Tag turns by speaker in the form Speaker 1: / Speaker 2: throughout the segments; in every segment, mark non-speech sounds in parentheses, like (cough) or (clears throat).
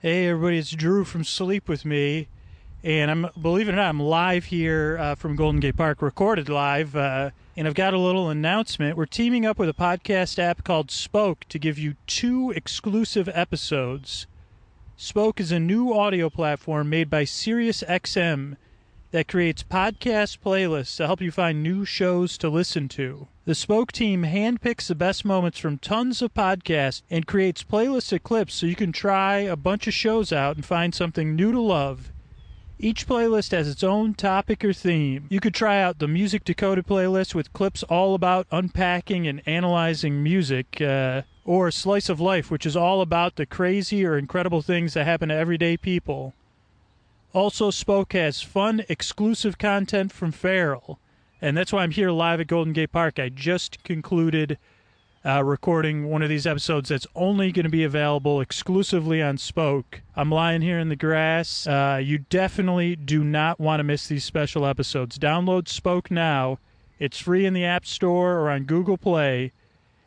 Speaker 1: Hey, everybody, it's Drew from Sleep With Me. And I'm, believe it or not, I'm live here uh, from Golden Gate Park, recorded live. Uh, and I've got a little announcement. We're teaming up with a podcast app called Spoke to give you two exclusive episodes. Spoke is a new audio platform made by SiriusXM that creates podcast playlists to help you find new shows to listen to. The Spoke team handpicks the best moments from tons of podcasts and creates playlists of clips so you can try a bunch of shows out and find something new to love. Each playlist has its own topic or theme. You could try out the Music Dakota playlist with clips all about unpacking and analyzing music, uh, or Slice of Life, which is all about the crazy or incredible things that happen to everyday people. Also, Spoke has fun, exclusive content from Farrell, and that's why I'm here live at Golden Gate Park. I just concluded uh, recording one of these episodes that's only going to be available exclusively on Spoke. I'm lying here in the grass. Uh, you definitely do not want to miss these special episodes. Download Spoke now. It's free in the App Store or on Google Play.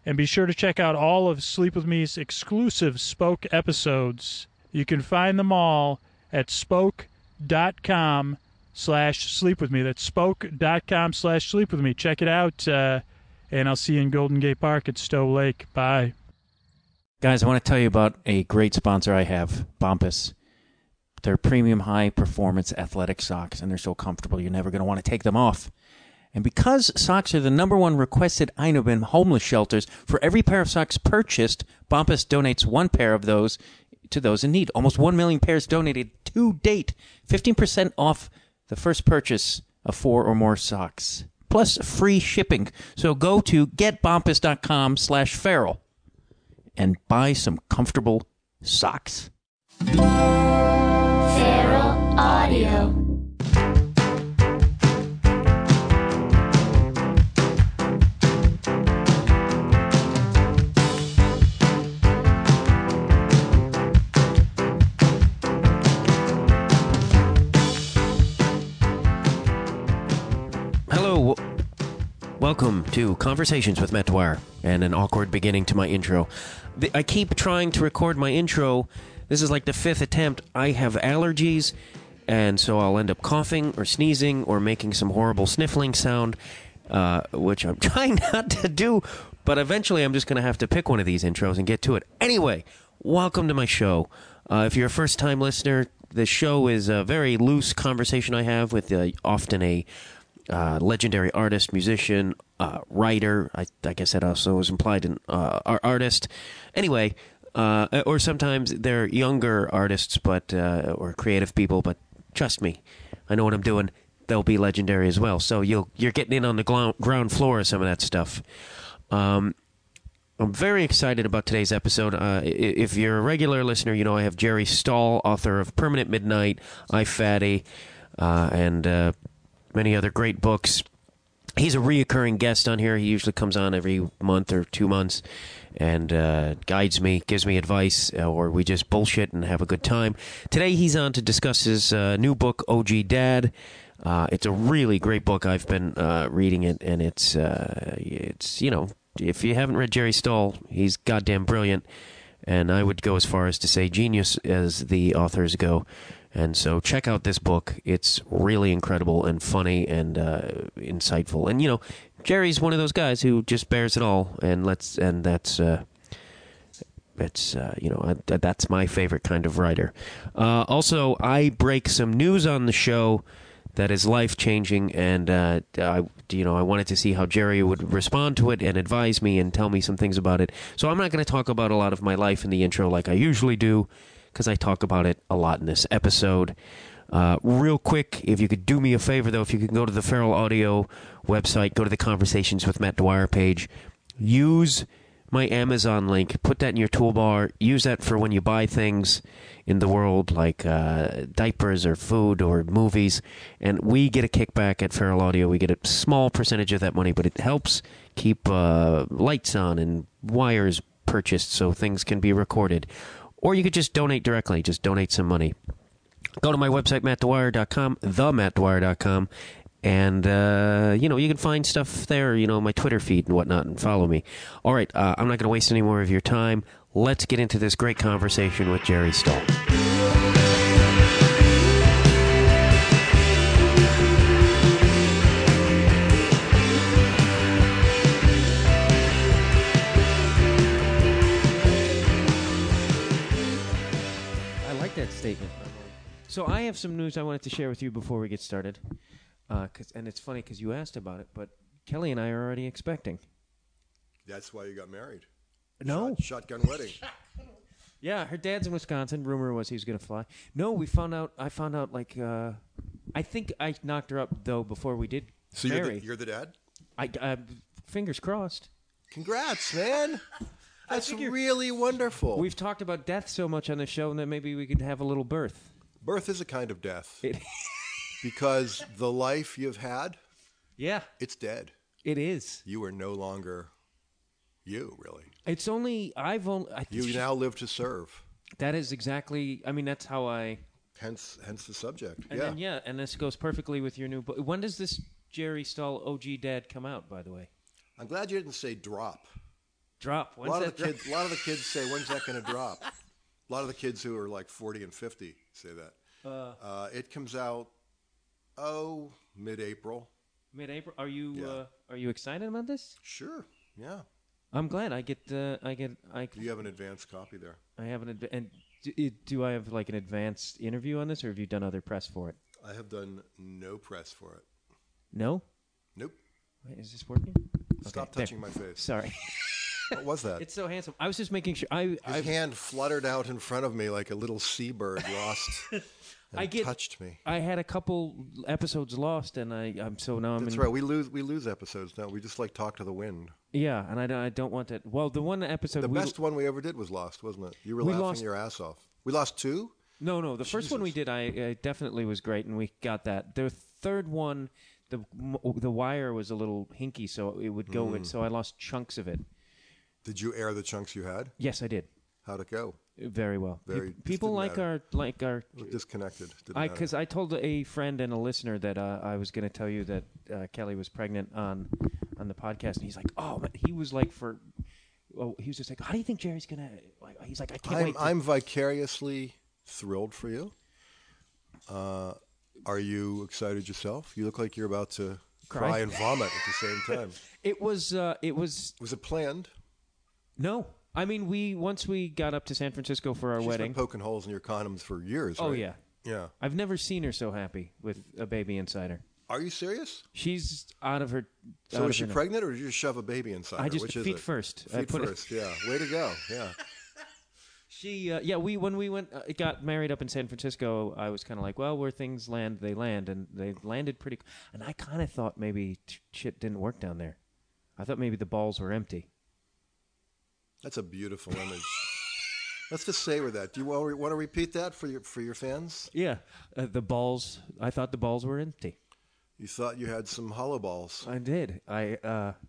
Speaker 1: And be sure to check out all of Sleep With Me's exclusive Spoke episodes. You can find them all at spoke.com slash sleep with me. That's spoke.com slash sleep with me. Check it out. Uh, and I'll see you in Golden Gate Park at Stowe Lake. Bye.
Speaker 2: Guys, I want to tell you about a great sponsor I have, Bompus. They're premium high performance athletic socks, and they're so comfortable you're never going to want to take them off. And because socks are the number one requested item in homeless shelters, for every pair of socks purchased, Bompus donates one pair of those to those in need. Almost 1 million pairs donated to date, 15% off the first purchase of four or more socks, plus free shipping. So go to getbompus.com slash feral and buy some comfortable socks.
Speaker 3: Feral Audio.
Speaker 4: Hello. w- Welcome to Conversations with Matt Dwyer and an awkward beginning to my intro. Th- I keep trying to record my intro. This is like the fifth attempt. I have allergies, and so I'll end up coughing or sneezing or making some horrible sniffling sound, uh, which I'm (laughs) trying not to do, but eventually I'm just going to have to pick one of these intros and get to it. Anyway, welcome to my show. Uh, if you're a first time listener, the show is a very loose conversation I have with uh, often a uh, legendary artist, musician, uh, writer. I, I guess that also was implied in uh, ar- artist. Anyway, uh, or sometimes they're younger artists, but uh, or creative people. But trust me, I know what I'm doing. They'll be legendary as well. So you'll you're getting in on the glo- ground floor of some of that stuff. Um, I'm very excited about today's episode. Uh, i- if you're a regular listener, you know I have Jerry Stahl, author of Permanent Midnight, I Fatty, uh, and uh, many other great books. He's a reoccurring guest on here. He usually comes on every month or two months and uh, guides me, gives me advice, uh, or we just bullshit and have a good time. Today he's on to discuss his uh, new book, OG Dad. Uh, it's a really great book. I've been uh, reading it, and it's uh, it's you know if you haven't read Jerry Stahl, he's goddamn brilliant, and I would go as far as to say genius as the authors go. And so check out this book. It's really incredible and funny and uh, insightful. And you know, Jerry's one of those guys who just bears it all and lets and that's. Uh, it's uh, you know I, th- that's my favorite kind of writer. Uh, also, I break some news on the show that is life changing, and uh, I you know I wanted to see how Jerry would respond to it and advise me and tell me some things about it. So I'm not going to talk about a lot of my life in the intro like I usually do, because I talk about it a lot in this episode. Uh, real quick, if you could do me a favor though, if you could go to the Feral Audio website, go to the Conversations with Matt Dwyer page, use my Amazon link. Put that in your toolbar. Use that for when you buy things in the world, like uh, diapers or food or movies. And we get a kickback at Feral Audio. We get a small percentage of that money, but it helps keep uh, lights on and wires purchased so things can be recorded. Or you could just donate directly. Just donate some money go to my website mattdwyer.com themattdwyer.com and uh, you know you can find stuff there you know my twitter feed and whatnot and follow me all right uh, i'm not going to waste any more of your time let's get into this great conversation with jerry stoll So I have some news I wanted to share with you before we get started. Uh, 'cause- and it's funny because you asked about it, but Kelly and I are already expecting.
Speaker 5: That's why you got married.
Speaker 4: No.
Speaker 5: Shot- shotgun
Speaker 4: (laughs)
Speaker 5: wedding.
Speaker 4: Yeah, her dad's in Wisconsin. Rumor was he was going to fly. No, we found out. I found out like uh, I think I knocked her up though before we did
Speaker 5: So you're
Speaker 4: marry.
Speaker 5: the, you're the dad.
Speaker 4: I, I fingers crossed. (laughs)
Speaker 5: Congrats, man. That's
Speaker 4: think you're-
Speaker 5: really wonderful.
Speaker 4: We've talked about death so much on the show that maybe we could have a little birth.
Speaker 5: Birth is a kind of death
Speaker 4: It, (laughs)
Speaker 5: because the life you've had,
Speaker 4: yeah,
Speaker 5: it's dead.
Speaker 4: it is.
Speaker 5: You are no longer you, really.
Speaker 4: It's only I've only I,
Speaker 5: You now live to serve.
Speaker 4: that is exactly. I mean, that's how I.
Speaker 5: Hence, hence the subject.
Speaker 4: And
Speaker 5: yeah.
Speaker 4: then, yeah, and this goes perfectly with your new book. When does this Jerry Stahl OG Dad come out? By the way,
Speaker 5: I'm glad you didn't say drop.
Speaker 4: drop.
Speaker 5: A
Speaker 4: When's
Speaker 5: lot
Speaker 4: that
Speaker 5: of the
Speaker 4: drop?
Speaker 5: kids, a lot of the kids say, "When's that going to drop?" A lot of the kids who are like 40 and 50 say that. Uh, it comes out oh mid-April.
Speaker 4: Mid-April. Are you
Speaker 5: Yeah.
Speaker 4: uh, are you excited about this?
Speaker 5: Sure. Yeah.
Speaker 4: I'm glad I get uh, I get I
Speaker 5: Do you have an advanced copy there?
Speaker 4: I have an adv- and do, it- do I have like an advanced interview on this or have you done other press for it?
Speaker 5: I have done no press for it.
Speaker 4: No.
Speaker 5: Nope.
Speaker 4: Wait, is this working?
Speaker 5: Stop
Speaker 4: there.
Speaker 5: touching my face.
Speaker 4: Sorry, (laughs)
Speaker 5: What was that?
Speaker 4: it's so handsome. I was just making sure I
Speaker 5: His
Speaker 4: I,
Speaker 5: hand fluttered out in front of me like a little seabird lost. and
Speaker 4: (laughs) I get
Speaker 5: touched me.
Speaker 4: I had a couple episodes lost and I I'm so now I'm
Speaker 5: That's
Speaker 4: in,
Speaker 5: right. We lose we lose episodes now. We just like talk to the wind.
Speaker 4: yeah and I don't I don't want that. Well, the one episode
Speaker 5: The
Speaker 4: we,
Speaker 5: best one we ever did was Lost, wasn't it? You were
Speaker 4: We
Speaker 5: laughing
Speaker 4: lost-
Speaker 5: your ass off. We lost two.
Speaker 4: No, no. The first one we did, I, I definitely was great, and we got that. The third one, the the wire was a little hinky, so it would
Speaker 5: Mm.
Speaker 4: go in. So I lost chunks of it.
Speaker 5: Did you air the chunks you had?
Speaker 4: Yes, I did
Speaker 5: How'd it go?
Speaker 4: very well.
Speaker 5: Very-
Speaker 4: Pe- people
Speaker 5: didn't
Speaker 4: like
Speaker 5: matter.
Speaker 4: our like our.
Speaker 5: It was disconnected. Didn't
Speaker 4: I
Speaker 5: matter.
Speaker 4: because I told a friend and a listener that uh, I was going to tell you that uh, Kelly was pregnant on on the podcast, and he's like, "Oh, man. he was like for." Oh, he was just like, "How do you think Jerry's gonna?" Like, he's like, "I can't
Speaker 5: I'm,
Speaker 4: wait." to-"
Speaker 5: I'm vicariously thrilled for you. Uh, are you excited yourself? You look like you're about to cry,
Speaker 4: Cry?
Speaker 5: and vomit at the
Speaker 4: (laughs)
Speaker 5: same time.
Speaker 4: It was uh, it was
Speaker 5: Was it planned?
Speaker 4: no. I mean, we once we got up to San Francisco for our
Speaker 5: She's
Speaker 4: wedding.
Speaker 5: been poking holes in your condoms for years.
Speaker 4: Oh
Speaker 5: right?
Speaker 4: yeah.
Speaker 5: yeah.
Speaker 4: I've never seen her so happy with a baby inside her.
Speaker 5: Are you serious?
Speaker 4: She's out of her. out
Speaker 5: So
Speaker 4: of
Speaker 5: is she
Speaker 4: her-
Speaker 5: pregnant, or did you just shove a baby inside?
Speaker 4: I
Speaker 5: her?
Speaker 4: just-
Speaker 5: Which is
Speaker 4: feet
Speaker 5: it?
Speaker 4: first. I
Speaker 5: Feet
Speaker 4: put it-
Speaker 5: first. Yeah. Way to go. Yeah.
Speaker 4: She uh, yeah. We when we went uh, got married up in San Francisco, I was kind of like, well, where things land, they land, and they landed pretty. And I kind of thought maybe t- shit didn't work down there. I thought maybe the balls were empty.
Speaker 5: That's a beautiful image. Let's just savor that. Do you want, want to repeat that for your for your fans?
Speaker 4: Yeah, uh, the balls. I thought the balls were empty.
Speaker 5: You thought you had some hollow balls.
Speaker 4: I did. I. uh
Speaker 5: Do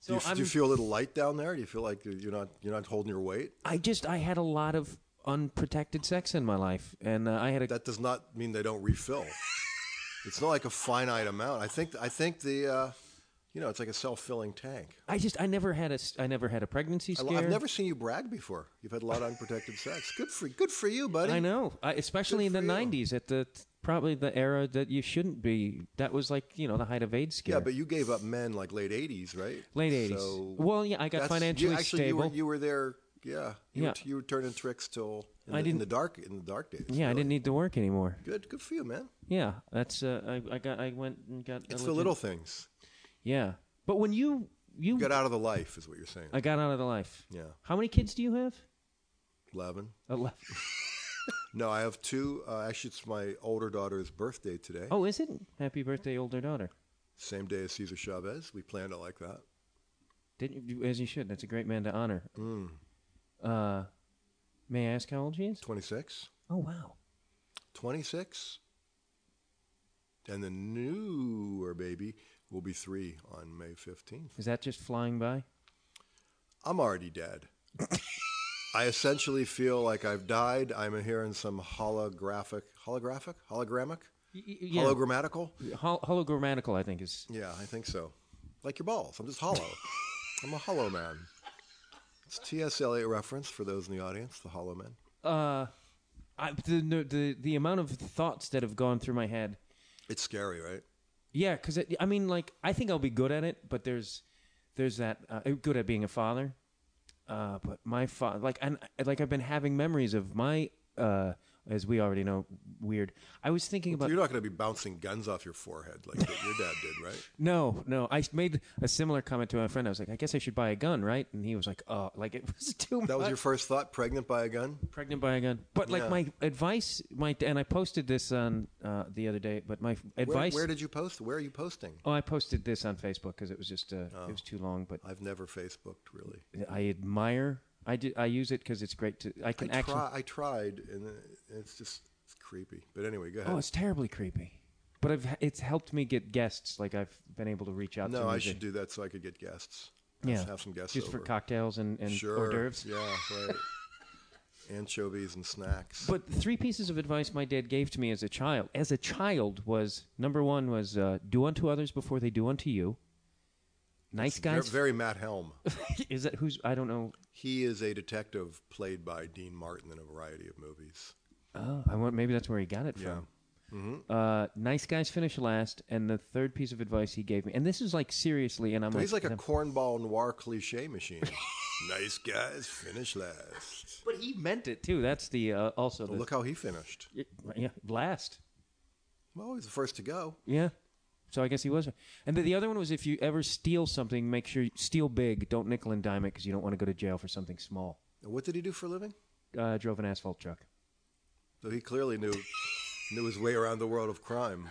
Speaker 4: So
Speaker 5: you,
Speaker 4: I'm.
Speaker 5: do you feel a little light down there? Do you feel like you're not you're not holding your weight?
Speaker 4: I just. I had a lot of unprotected sex in my life, and uh, I had a.
Speaker 5: That does not mean they don't
Speaker 4: (laughs)
Speaker 5: refill. It's not like a finite amount. I think I think the uh, you know it's like a self filling tank.
Speaker 4: I just I never had a s- I never had a pregnancy
Speaker 5: I,
Speaker 4: scare.
Speaker 5: I've never seen you brag before. You've had a lot of unprotected sex. Good for good for you, buddy.
Speaker 4: I know, I, especially in
Speaker 5: Good
Speaker 4: the
Speaker 5: for you.
Speaker 4: '90s, at the probably the era that you shouldn't be. That was like you know the height of AIDS scare.
Speaker 5: Yeah, but you gave up men like late '80s, right?
Speaker 4: Late 80s.
Speaker 5: So
Speaker 4: Well, yeah, I got
Speaker 5: that's-
Speaker 4: financially
Speaker 5: you, actually, You were,
Speaker 4: stable.
Speaker 5: you were there. Yeah, you,
Speaker 4: Yeah.
Speaker 5: Were, you were turning tricks till in,
Speaker 4: I
Speaker 5: the, in
Speaker 4: didn't-
Speaker 5: the dark in the dark days.
Speaker 4: yeah, I didn't need to work anymore.
Speaker 5: Good, good for you, man.
Speaker 4: Yeah, that's uh, I, I got I went and got.
Speaker 5: It's
Speaker 4: a
Speaker 5: the
Speaker 4: legit-
Speaker 5: little things.
Speaker 4: Yeah, but when you you,
Speaker 5: You got out of the life, is what you're saying.
Speaker 4: I got out of the life.
Speaker 5: Yeah.
Speaker 4: How many kids do you have?
Speaker 5: Eleven.
Speaker 4: Eleven. (laughs)
Speaker 5: No, I have two. Uh, actually, it's my older daughter's birthday today.
Speaker 4: Oh, is it? Happy birthday, older daughter.
Speaker 5: Same day as Cesar Chavez. We planned it like that.
Speaker 4: Didn't you, as you should. That's a great man to honor. Uh, may I ask how old she is?
Speaker 5: 26.
Speaker 4: Oh wow.
Speaker 5: 26. And the newer baby will be three on May 15th.
Speaker 4: Is that just flying by?
Speaker 5: I'm already dead. I essentially feel like I've died. I'm here in some holographic, holographic, hologramic,
Speaker 4: Yeah.
Speaker 5: hologrammatical.
Speaker 4: Hol- hologrammatical, I think is.
Speaker 5: Yeah, I think so. Like your balls. I'm just hollow. I'm a hollow man. It's T.S. Eliot reference for those in the audience, the hollow man.
Speaker 4: Uh, I, the, no, the the amount of thoughts that have gone through my head.
Speaker 5: It's scary, right?
Speaker 4: Yeah, because I mean, like, I think I'll be good at it, but there's there's that uh, I'm good at being a father. Uh, but my father, like, and like I've been having memories of my uh as we already know, weird. I was thinking about
Speaker 5: You're not going to be bouncing guns off your forehead like that your dad did, right?
Speaker 4: No, no. I made a similar comment to my friend. I was like, I guess I should buy a gun, right? And he was like, Oh, like it (laughs) was too
Speaker 5: That was
Speaker 4: much.
Speaker 5: your first thought, pregnant by a gun?
Speaker 4: pregnant by a gun. But like
Speaker 5: Yeah.
Speaker 4: my advice, my and I posted this on uh, the other day. But my
Speaker 5: Where,
Speaker 4: advice,
Speaker 5: where did you post? Where are you posting?
Speaker 4: oh, I posted this on Facebook because it was just uh, it
Speaker 5: Oh.
Speaker 4: was too long. But
Speaker 5: I've never Facebooked really.
Speaker 4: I admire. I do. I use it because it's great to. I
Speaker 5: I,
Speaker 4: can actually.
Speaker 5: try, I tried, and it- it's just it's creepy. But anyway, go ahead.
Speaker 4: Oh, it's terribly creepy. But I've, it's helped me get guests. Like I've been able to reach out. to
Speaker 5: no, I
Speaker 4: music-
Speaker 5: should do that so I could get guests.
Speaker 4: Yeah,
Speaker 5: have some guests
Speaker 4: just for
Speaker 5: over.
Speaker 4: cocktails and, and
Speaker 5: sure.
Speaker 4: hors d'oeuvres.
Speaker 5: Yeah,
Speaker 4: (laughs)
Speaker 5: right. Anchovies and snacks.
Speaker 4: But the three pieces of advice my dad gave to me as a child, as a child, was number one was uh, do unto others before they do unto you. Nice
Speaker 5: Ver-
Speaker 4: guys.
Speaker 5: very Matt Helm.
Speaker 4: is that who's? I don't know.
Speaker 5: He is a detective played by Dean Martin in a variety of movies.
Speaker 4: Oh, I want maybe that's where he got it
Speaker 5: Yeah. Mm-hmm.
Speaker 4: from. Uh, nice guys finish last, and the third piece of advice he gave me, and this is like seriously, and I'm
Speaker 5: So
Speaker 4: like,
Speaker 5: he's like a cornball noir cliche machine. nice guys finish last.
Speaker 4: but he meant it too. That's the uh, also the
Speaker 5: Well, look how he finished.
Speaker 4: yeah last.
Speaker 5: Well, he's the first to go.
Speaker 4: Yeah. So I guess he was. And the, the other one was if you ever steal something, make sure you steal big. Don't nickel and dime it because you don't want to go to jail for something small.
Speaker 5: And What did he do for a living?
Speaker 4: Uh, drove an asphalt truck.
Speaker 5: So he clearly knew knew his way around the world of crime.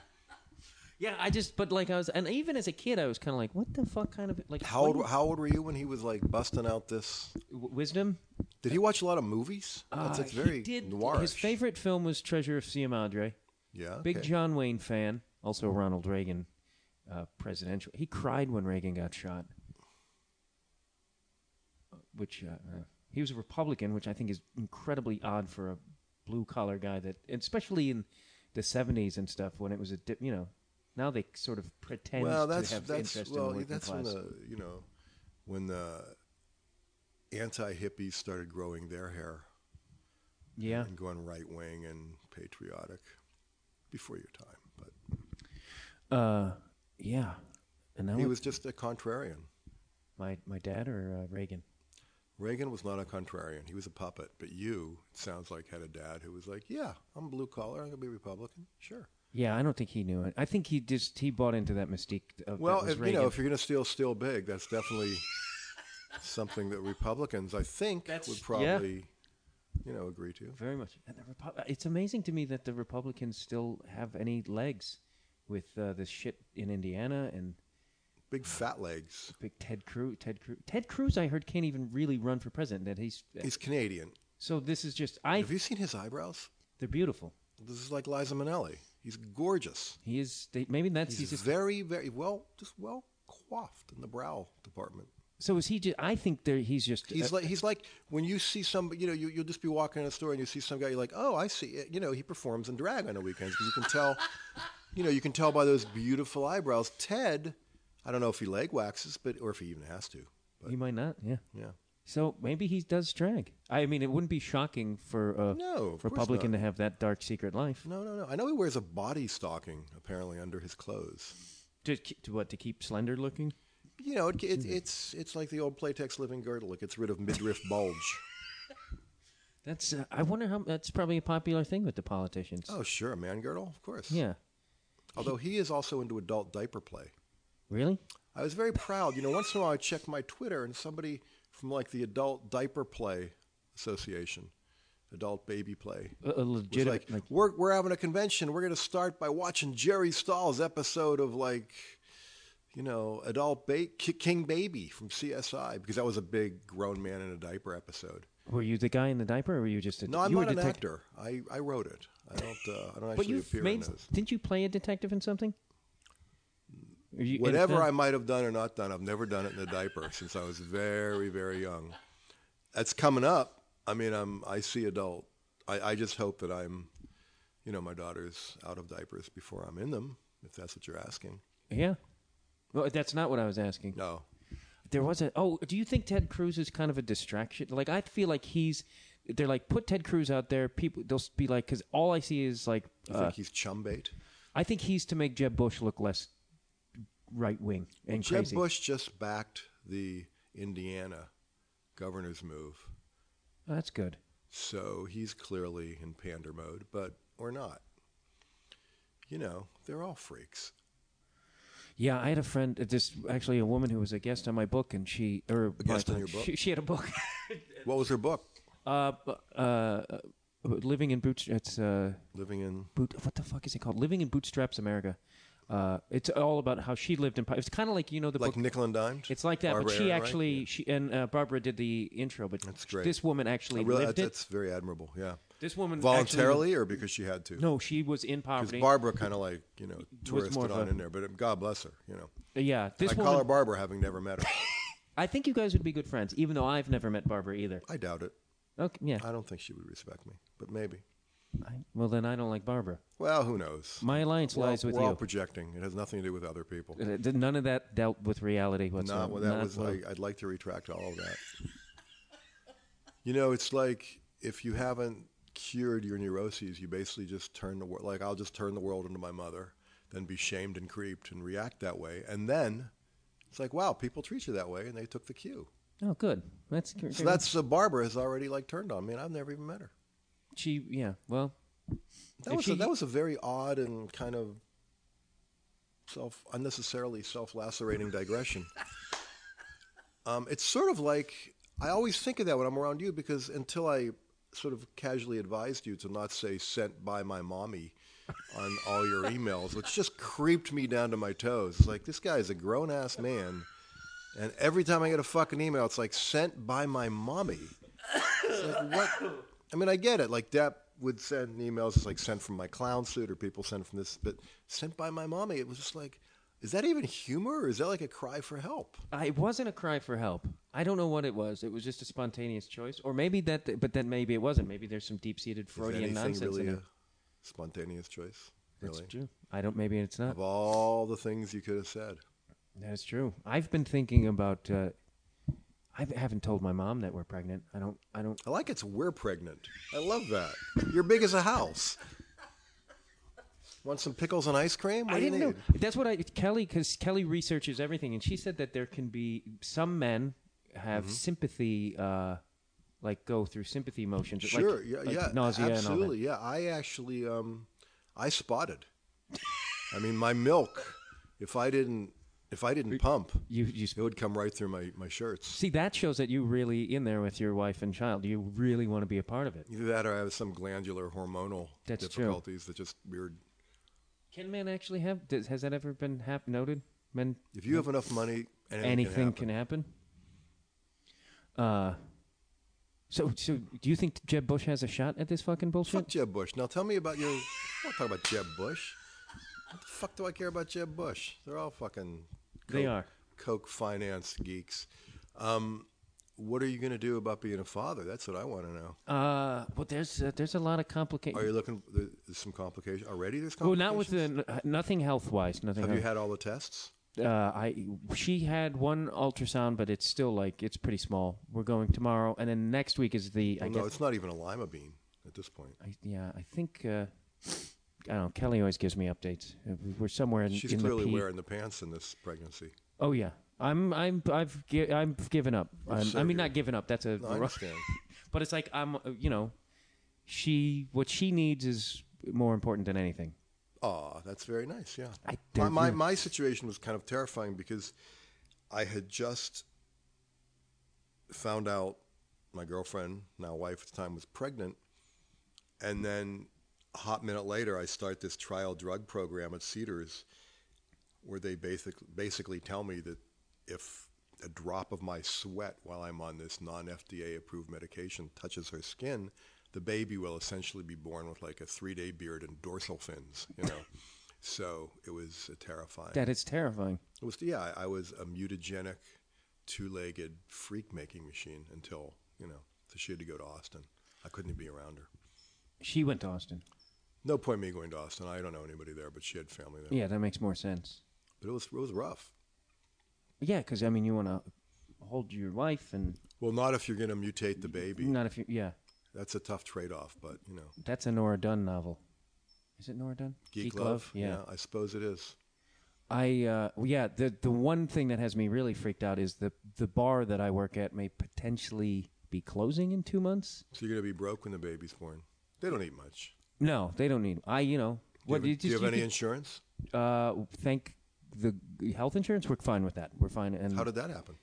Speaker 4: Yeah, I just, but like I was, and even as a kid, I was kind of like, what the fuck kind of, like,
Speaker 5: How old, how old were you when he was like busting out this?
Speaker 4: w- wisdom?
Speaker 5: Did he watch a lot of movies? That's
Speaker 4: Uh,
Speaker 5: it's very
Speaker 4: he did,
Speaker 5: noirish.
Speaker 4: His favorite film was Treasure of Sierra Madre.
Speaker 5: Yeah.
Speaker 4: Big
Speaker 5: okay.
Speaker 4: John Wayne fan, also Ronald Reagan uh, presidential. He cried when Reagan got shot, which uh, uh, he was a Republican, which I think is incredibly odd for a blue collar guy. That especially in the '70s and stuff when it was a dip, you know. Now they sort of pretend
Speaker 5: Well, that's
Speaker 4: to have
Speaker 5: that's
Speaker 4: interest in
Speaker 5: well,
Speaker 4: the working
Speaker 5: that's
Speaker 4: class.
Speaker 5: when the you know when the anti hippies started growing their hair
Speaker 4: yeah,
Speaker 5: and going right wing and patriotic before your time. But
Speaker 4: uh, yeah. And now
Speaker 5: he
Speaker 4: it-
Speaker 5: was just a contrarian.
Speaker 4: my my dad or uh, Reagan.
Speaker 5: Reagan was not a contrarian. He was a puppet. But you, it sounds like, had a dad who was like, yeah, I'm blue collar. I'm going to be Republican. Sure.
Speaker 4: Yeah, I don't think he knew it. I think he just he bought into that mystique. Of,
Speaker 5: Well,
Speaker 4: that was
Speaker 5: if, you
Speaker 4: Reagan.
Speaker 5: know, if you're going to steal still big, that's definitely something that Republicans, I think,
Speaker 4: That's-
Speaker 5: would
Speaker 4: yeah.
Speaker 5: probably, you know, agree to.
Speaker 4: Very much. And the Repu- it's amazing to me that the Republicans still have any legs with uh, this shit in Indiana and
Speaker 5: Big fat legs.
Speaker 4: big Ted Cruz. Ted Cruz. Ted Cruz, I heard, can't even really run for president. That he's, uh,
Speaker 5: He's Canadian.
Speaker 4: so. This is just I.
Speaker 5: Have you seen his eyebrows?
Speaker 4: They're beautiful.
Speaker 5: This is like Liza Minnelli. He's gorgeous.
Speaker 4: He is. They, maybe that's he's,
Speaker 5: He's,
Speaker 4: just.
Speaker 5: very, very well, just well coiffed in the brow department.
Speaker 4: So is he? Just, I think there. He's just.
Speaker 5: He's
Speaker 4: uh,
Speaker 5: like he's like when you see some, you know, you, you'll just be walking in a store and you see some guy. You're like, oh, I see. It. You know, he performs in drag on the weekends because you can tell, (laughs) you know, you can tell by those beautiful eyebrows. Ted, I don't know if he leg waxes, but or if he even has to. But
Speaker 4: he might not. Yeah.
Speaker 5: yeah,
Speaker 4: So maybe he does drag. I mean, it wouldn't be shocking for a
Speaker 5: No, of course
Speaker 4: Republican
Speaker 5: not.
Speaker 4: to have that dark secret life.
Speaker 5: no, no, no. I know he wears a body stocking apparently under his clothes.
Speaker 4: To, ke- to what? To keep slender looking.
Speaker 5: You know, it, it, it's it's like the old Playtex living girdle. It gets rid of midriff bulge.
Speaker 4: That's. Uh, I wonder how. That's probably a popular thing with the politicians.
Speaker 5: (laughs) Oh, sure, a man girdle, of course.
Speaker 4: Yeah.
Speaker 5: Although he is also into adult diaper play.
Speaker 4: Really?
Speaker 5: I was very proud. You know, once in a while I check my Twitter and somebody from like the Adult Diaper Play Association, Adult Baby Play,
Speaker 4: A, a
Speaker 5: was
Speaker 4: legitimate.
Speaker 5: like, we're, we're having a convention. We're going to start by watching Jerry Stahl's episode of like, you know, Adult ba- Ki- King Baby from CSI because that was a big grown man in a diaper episode.
Speaker 4: were you the guy in the diaper, or were you just a?
Speaker 5: No, I'm
Speaker 4: you
Speaker 5: not
Speaker 4: were a
Speaker 5: an
Speaker 4: detective.
Speaker 5: actor. I, I wrote it. I don't, uh, I don't
Speaker 4: But
Speaker 5: actually
Speaker 4: you
Speaker 5: appear in
Speaker 4: made.
Speaker 5: those.
Speaker 4: Didn't you play a detective in something? Or you-
Speaker 5: Whatever
Speaker 4: and-
Speaker 5: I might have done or not done, I've never done it in a diaper since I was very, very young. That's coming up. I mean, I'm I see adult. I, I just hope that I'm, you know, my daughter's out of diapers before I'm in them. If that's what you're asking.
Speaker 4: Yeah. Well, that's not what I was asking.
Speaker 5: No,
Speaker 4: There was a. Oh, do you think Ted Cruz is kind of a distraction? Like, I feel like he's. They're like, put Ted Cruz out there. People, they'll be like, because all I see is like.
Speaker 5: you
Speaker 4: Uh,
Speaker 5: think he's chum bait?
Speaker 4: I think he's to make Jeb Bush look less right wing and
Speaker 5: Jeb
Speaker 4: crazy.
Speaker 5: Bush just backed the Indiana governor's move.
Speaker 4: Oh, that's good.
Speaker 5: So he's clearly in pander mode, but or not. You know, they're all freaks.
Speaker 4: Yeah, I had a friend, uh, this actually a woman who was a guest on my book, and she or my
Speaker 5: guest on your book?
Speaker 4: She, she had a book, (laughs)
Speaker 5: What was her book?
Speaker 4: uh, b- uh, uh, living in boots. It's uh,
Speaker 5: Living in
Speaker 4: boot. What the fuck is it called? Living in Bootstraps America. Uh, it's all about how she lived in. po- It's kind of like you know the
Speaker 5: like
Speaker 4: book.
Speaker 5: nickel and dimed.
Speaker 4: It's like that, but
Speaker 5: Barbara
Speaker 4: she
Speaker 5: Ehrenreich?
Speaker 4: actually she and uh, Barbara did the intro, but
Speaker 5: That's great.
Speaker 4: this woman actually
Speaker 5: I really-
Speaker 4: lived
Speaker 5: that's,
Speaker 4: it.
Speaker 5: that's very admirable. Yeah,
Speaker 4: This woman
Speaker 5: voluntarily or because she had to.
Speaker 4: actually- no, she was in poverty.
Speaker 5: because Barbara kind of like you know
Speaker 4: more
Speaker 5: touristed
Speaker 4: of
Speaker 5: on
Speaker 4: a-
Speaker 5: in there, but um, God bless her. You know,
Speaker 4: yeah, this
Speaker 5: I
Speaker 4: woman.
Speaker 5: call her Barbara, having never met her.
Speaker 4: I think you guys would be good friends, even though I've never met Barbara either.
Speaker 5: I doubt it.
Speaker 4: Okay, yeah.
Speaker 5: I don't think she would respect me, but maybe.
Speaker 4: I, well, then I don't like Barbara.
Speaker 5: Well, who knows?
Speaker 4: My alliance
Speaker 5: We're all-
Speaker 4: lies with
Speaker 5: we're all
Speaker 4: you.
Speaker 5: projecting. It has nothing to do with other people.
Speaker 4: Uh, th- None of that dealt with reality whatsoever.
Speaker 5: Not well, that
Speaker 4: Not
Speaker 5: was.
Speaker 4: well-
Speaker 5: I, I'd like to retract all of that. you know, it's like if you haven't cured your neuroses, you basically just turn the world. Like I'll just turn the world into my mother, then be shamed and creeped and react that way, and then it's like, wow, people treat you that way, and they took the cue.
Speaker 4: oh, good. That's
Speaker 5: So that's uh, Barbara has already like turned on me, and I've never even met her.
Speaker 4: she. Yeah. Well,
Speaker 5: That
Speaker 4: If
Speaker 5: was a,
Speaker 4: she-
Speaker 5: that was a very odd and kind of self unnecessarily self lacerating digression. um, it's sort of like I always think of that when I'm around you because until I sort of casually advised you to not say "sent by my mommy" on all your emails, which just creeped me down to my toes. It's like this guy is a grown ass man, and every time I get a fucking email, it's like "sent by my mommy." like what? I mean, I get it. Like Depp would send emails, it's like sent from my clown suit, or people sent from this, but sent by my mommy. It was just like, is that even humor, or is that like a cry for help?
Speaker 4: I, it wasn't a cry for help. I don't know what it was. It was just a spontaneous choice, or maybe that. But then maybe it wasn't. Maybe there's some deep-seated
Speaker 5: Is
Speaker 4: Freudian
Speaker 5: anything
Speaker 4: nonsense
Speaker 5: really
Speaker 4: in
Speaker 5: a
Speaker 4: there.
Speaker 5: spontaneous choice?
Speaker 4: That's
Speaker 5: Really,
Speaker 4: true. I don't. Maybe it's not.
Speaker 5: of all the things you could have said,
Speaker 4: That is true. I've been thinking about. Uh, I haven't told my mom that we're pregnant. I don't. I don't.
Speaker 5: I like it's we're pregnant. I love that. You're big as a house. Want some pickles and ice cream? What
Speaker 4: I
Speaker 5: do you
Speaker 4: didn't know.
Speaker 5: need?
Speaker 4: That's what I Kelly because Kelly researches everything, and she said that there can be some men have sympathy, uh, like go through sympathy motions, like-
Speaker 5: Sure. yeah.
Speaker 4: like
Speaker 5: yeah.
Speaker 4: nausea
Speaker 5: absolutely. Yeah. I actually, um, I spotted. I mean, my milk. If I didn't, if I didn't pump,
Speaker 4: and all that. You you
Speaker 5: it would come right through my my shirts.
Speaker 4: see that shows that you really in there with your wife and child. You really want to be a part of it.
Speaker 5: Either that, or I have some glandular hormonal
Speaker 4: That's true.
Speaker 5: difficulties that just weird.
Speaker 4: Can men actually have? Does, has that ever been hap- noted? Men,
Speaker 5: If you have enough money, anything,
Speaker 4: anything
Speaker 5: can.
Speaker 4: can happen. Uh, so so do you think Jeb Bush has a shot at this fucking bullshit?
Speaker 5: Fuck Jeb Bush. Now tell me about your. I'm not talking about Jeb Bush. What the fuck do I care about Jeb Bush? They're all fucking. Coke,
Speaker 4: They are.
Speaker 5: Coke finance geeks. Um, what are you going to do about being a father? That's what I want to know.
Speaker 4: Uh, well, there's uh, there's a lot of
Speaker 5: Are
Speaker 4: complications.
Speaker 5: you looking? There's some complication already. There's
Speaker 4: Well,
Speaker 5: complications.
Speaker 4: not with the n- nothing health wise. Nothing.
Speaker 5: Have you
Speaker 4: health-
Speaker 5: had all the tests?
Speaker 4: uh, I she had one ultrasound, but it's still like it's pretty small. We're going tomorrow, and then next week is the. I
Speaker 5: Well,
Speaker 4: guess.
Speaker 5: Oh, no, it's not even a lima bean at this point.
Speaker 4: I, yeah, I think. Uh, I don't know. Kelly always gives me updates. Uh, We're somewhere in.
Speaker 5: She's
Speaker 4: in
Speaker 5: clearly
Speaker 4: the P-
Speaker 5: wearing the pants in this pregnancy.
Speaker 4: Oh yeah, I'm. I'm. I've. Gi- I'm given up. I'm, I
Speaker 5: so
Speaker 4: mean,
Speaker 5: you're-
Speaker 4: not given up. That's a.
Speaker 5: No, I understand.
Speaker 4: (laughs) but it's like I'm. uh, You know, she. What she needs is more important than anything.
Speaker 5: Aw, that's very nice. Yeah.
Speaker 4: I-
Speaker 5: my,
Speaker 4: they're
Speaker 5: my,
Speaker 4: real-
Speaker 5: my situation was kind of terrifying because I had just found out my girlfriend, now wife at the time, was pregnant. And then a hot minute later, I start this trial drug program at Cedars where they basic, basically tell me that if a drop of my sweat while I'm on this non FDA approved medication touches her skin, the baby will essentially be born with like a three day beard and dorsal fins, you know. so it was terrifying.
Speaker 4: That is terrifying.
Speaker 5: It was yeah, I, I was a mutagenic, two-legged freak-making machine until you know so she had to go to Austin. I couldn't be around her.
Speaker 4: She went to Austin.
Speaker 5: No point me going to Austin. I don't know anybody there, but she had family there.
Speaker 4: Yeah, that makes more sense.
Speaker 5: But it was it was rough.
Speaker 4: Yeah, because I mean, you want to hold your wife, and
Speaker 5: Well, not if you're going to mutate the baby.
Speaker 4: not if you. Yeah,
Speaker 5: That's a tough trade-off, but you know,
Speaker 4: that's a Nora Dunn novel. Is it Nora Dunn?
Speaker 5: geek, love.
Speaker 4: Yeah.
Speaker 5: I suppose it is.
Speaker 4: I uh, well, yeah. The the one thing that has me really freaked out is the the bar that I work at may potentially be closing in two months.
Speaker 5: So you're gonna be broke when the baby's born. They don't eat much.
Speaker 4: No, they don't need. I, you know,
Speaker 5: Do you
Speaker 4: what
Speaker 5: have, do
Speaker 4: just-
Speaker 5: you have any
Speaker 4: could-
Speaker 5: insurance?
Speaker 4: uh, thank the health insurance. We're fine with that. We're fine. And
Speaker 5: How did that happen?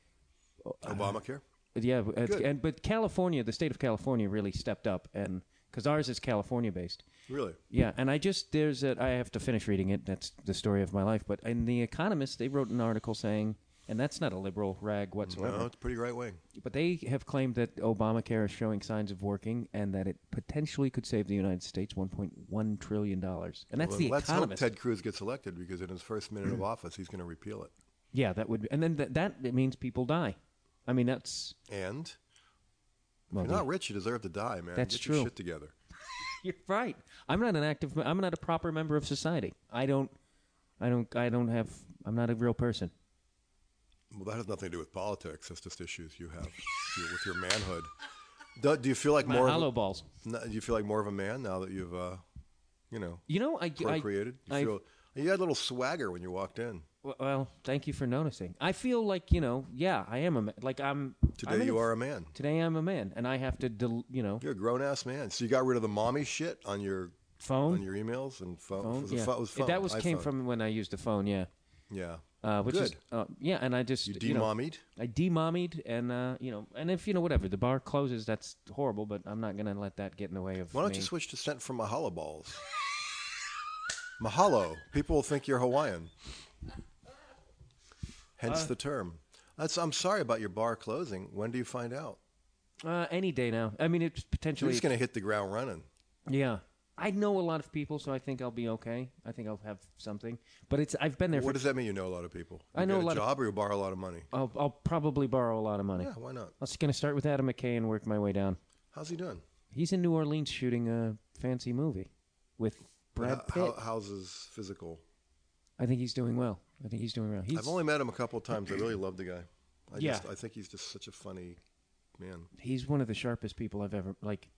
Speaker 5: Obamacare.
Speaker 4: yeah, it's-
Speaker 5: Good.
Speaker 4: and but California, the state of California, really stepped up, and because ours is California based.
Speaker 5: Really?
Speaker 4: Yeah, and I just there's a I have to finish reading it. That's the story of my life. But in the Economist, they wrote an article saying, and that's not a liberal rag whatsoever.
Speaker 5: No, it's pretty right wing.
Speaker 4: But they have claimed that Obamacare is showing signs of working, and that it potentially could save the United States 1.1 trillion dollars. And that's
Speaker 5: Well,
Speaker 4: the
Speaker 5: let's
Speaker 4: Economist. Mm.
Speaker 5: hope Ted Cruz gets elected because in his first minute of office, he's going to repeal it.
Speaker 4: yeah, that would, be, and then th- that means people die. I mean, that's (laughs)
Speaker 5: And if
Speaker 4: well,
Speaker 5: you're not rich, you deserve to die, man.
Speaker 4: That's
Speaker 5: Get
Speaker 4: true.
Speaker 5: your shit together.
Speaker 4: You're right. I'm not an active. I'm not a proper member of society. I don't. I don't. I don't have. I'm not a real person.
Speaker 5: Well, that has nothing to do with politics. That's just issues you have you- with
Speaker 4: (laughs)
Speaker 5: your manhood. Do, do you feel like
Speaker 4: My
Speaker 5: more?
Speaker 4: hollow
Speaker 5: Of
Speaker 4: balls.
Speaker 5: a, no, do you feel like more of a man now that you've, uh, you know,
Speaker 4: You know, I. I,
Speaker 5: procreated? You,
Speaker 4: I-
Speaker 5: feel, you had a little swagger when you walked in.
Speaker 4: well, thank you for noticing. I feel like you know. Yeah, I am a ma- like I'm. I'm
Speaker 5: Today
Speaker 4: an
Speaker 5: you
Speaker 4: inf-
Speaker 5: are a man.
Speaker 4: Today I'm a man, and I have to. Del- you know,
Speaker 5: You're a grown ass man. So you got rid of the mommy shit on your
Speaker 4: phone.
Speaker 5: on your emails and phone.
Speaker 4: phone.
Speaker 5: was it
Speaker 4: yeah.
Speaker 5: pho- it was phone,
Speaker 4: that was came
Speaker 5: iPhone.
Speaker 4: from when I used the phone. Yeah.
Speaker 5: yeah.
Speaker 4: Uh, which is
Speaker 5: Good.
Speaker 4: uh, yeah, and I just
Speaker 5: you
Speaker 4: know,
Speaker 5: demommied.
Speaker 4: I demommied, and uh, you know, and if you know whatever, the bar closes. That's horrible, but I'm not gonna let that get in the way of.
Speaker 5: Why don't
Speaker 4: me.
Speaker 5: you switch to scent from Mahalo balls? (laughs) Mahalo. People will think you're Hawaiian. Hence
Speaker 4: Uh.
Speaker 5: the term. That's, I'm sorry about your bar closing. When do you find out?
Speaker 4: Uh, any day now. I mean, it's
Speaker 5: You're
Speaker 4: potentially.
Speaker 5: just going to hit the ground running.
Speaker 4: yeah, I know a lot of people, so I think I'll be okay. I think I'll have something. But it's I've been there
Speaker 5: What
Speaker 4: for.
Speaker 5: does that mean? You know a lot of people. You
Speaker 4: I know
Speaker 5: got
Speaker 4: a lot of-
Speaker 5: job or you borrow a lot of money.
Speaker 4: I'll, I'll probably borrow a lot of money.
Speaker 5: Yeah, why not?
Speaker 4: I'm just gonna start with Adam McKay and work my way down.
Speaker 5: How's he doing?
Speaker 4: He's in New Orleans shooting a fancy movie with Brad
Speaker 5: How-
Speaker 4: Pitt.
Speaker 5: how- how's his physical?
Speaker 4: I think he's doing well. I think he's doing well. He's
Speaker 5: I've only met him a couple of times. I really love the guy. I
Speaker 4: Yeah.
Speaker 5: just I think he's just such a funny man.
Speaker 4: he's one of the sharpest people I've ever like.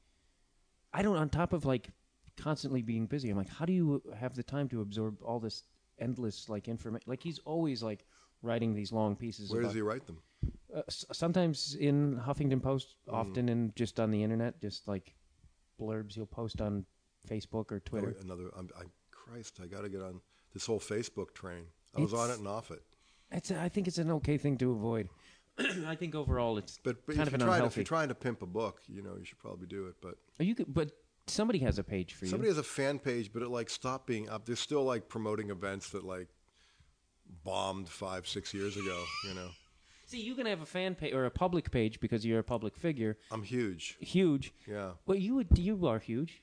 Speaker 4: I don't. On top of like constantly being busy, I'm like, how do you have the time to absorb all this endless like information? Like he's always like writing these long pieces.
Speaker 5: Where
Speaker 4: about,
Speaker 5: does he write them?
Speaker 4: Uh, s- sometimes in Huffington Post,
Speaker 5: Hmm.
Speaker 4: often in just on the internet, just like blurbs he'll post on Facebook or
Speaker 5: Oh,
Speaker 4: Twitter.
Speaker 5: wait, another. I'm, I, Christ, I got to get on this whole Facebook train. I was on it
Speaker 4: It's-
Speaker 5: and off it.
Speaker 4: It's. A, I think it's an okay thing to avoid. (clears throat) I think overall it's
Speaker 5: But, but
Speaker 4: kind
Speaker 5: if,
Speaker 4: of an
Speaker 5: you're trying, if
Speaker 4: unhealthy.
Speaker 5: you're trying to pimp a book, you know, you should probably do it. But
Speaker 4: Oh, you could, but somebody has a page for you.
Speaker 5: somebody has a fan page, but it like stopped being up. They're still like promoting events that like bombed five, six years ago. You know,
Speaker 4: See, you can have a fan page or a public page because you're a public figure,
Speaker 5: I'm huge.
Speaker 4: huge.
Speaker 5: Yeah,
Speaker 4: Well, you would, you are huge.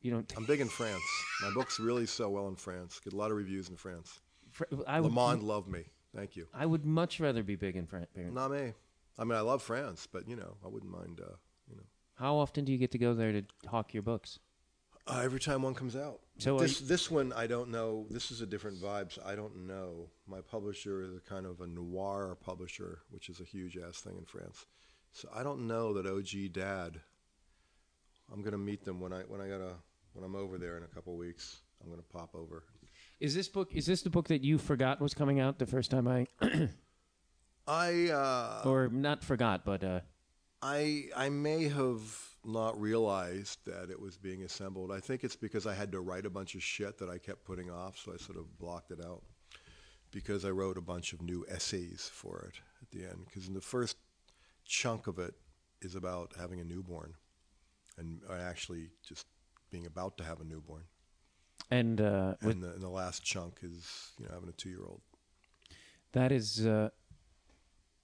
Speaker 4: You don't.
Speaker 5: I'm big in France. My books really sell well in France. Get a lot of reviews in France.
Speaker 4: Fr- I
Speaker 5: Le
Speaker 4: would.
Speaker 5: Monde love me. Thank you.
Speaker 4: I would much rather be big in France.
Speaker 5: Not me. I mean, I love France, but you know, I wouldn't mind. Uh, you know.
Speaker 4: How often do you get to go there to hawk your books?
Speaker 5: Uh, every time one comes out.
Speaker 4: So are
Speaker 5: this this one I don't know. This is a different vibe. So I don't know. My publisher is a kind of a noir publisher, which is a huge ass thing in France. So I don't know that OG Dad. I'm gonna meet them when I when I gotta when I'm over there in a couple weeks. I'm gonna pop over.
Speaker 4: Is this book? Is this the book that you forgot was coming out the first time I,
Speaker 5: I uh,
Speaker 4: or not forgot, but uh,
Speaker 5: I I may have not realized that it was being assembled. I think it's because I had to write a bunch of shit that I kept putting off, so I sort of blocked it out. Because I wrote a bunch of new essays for it at the end. Because the first chunk of it is about having a newborn, and or actually just being about to have a newborn.
Speaker 4: and uh, with,
Speaker 5: And the, and the last chunk is you know having a two-year-old.
Speaker 4: that is. Uh,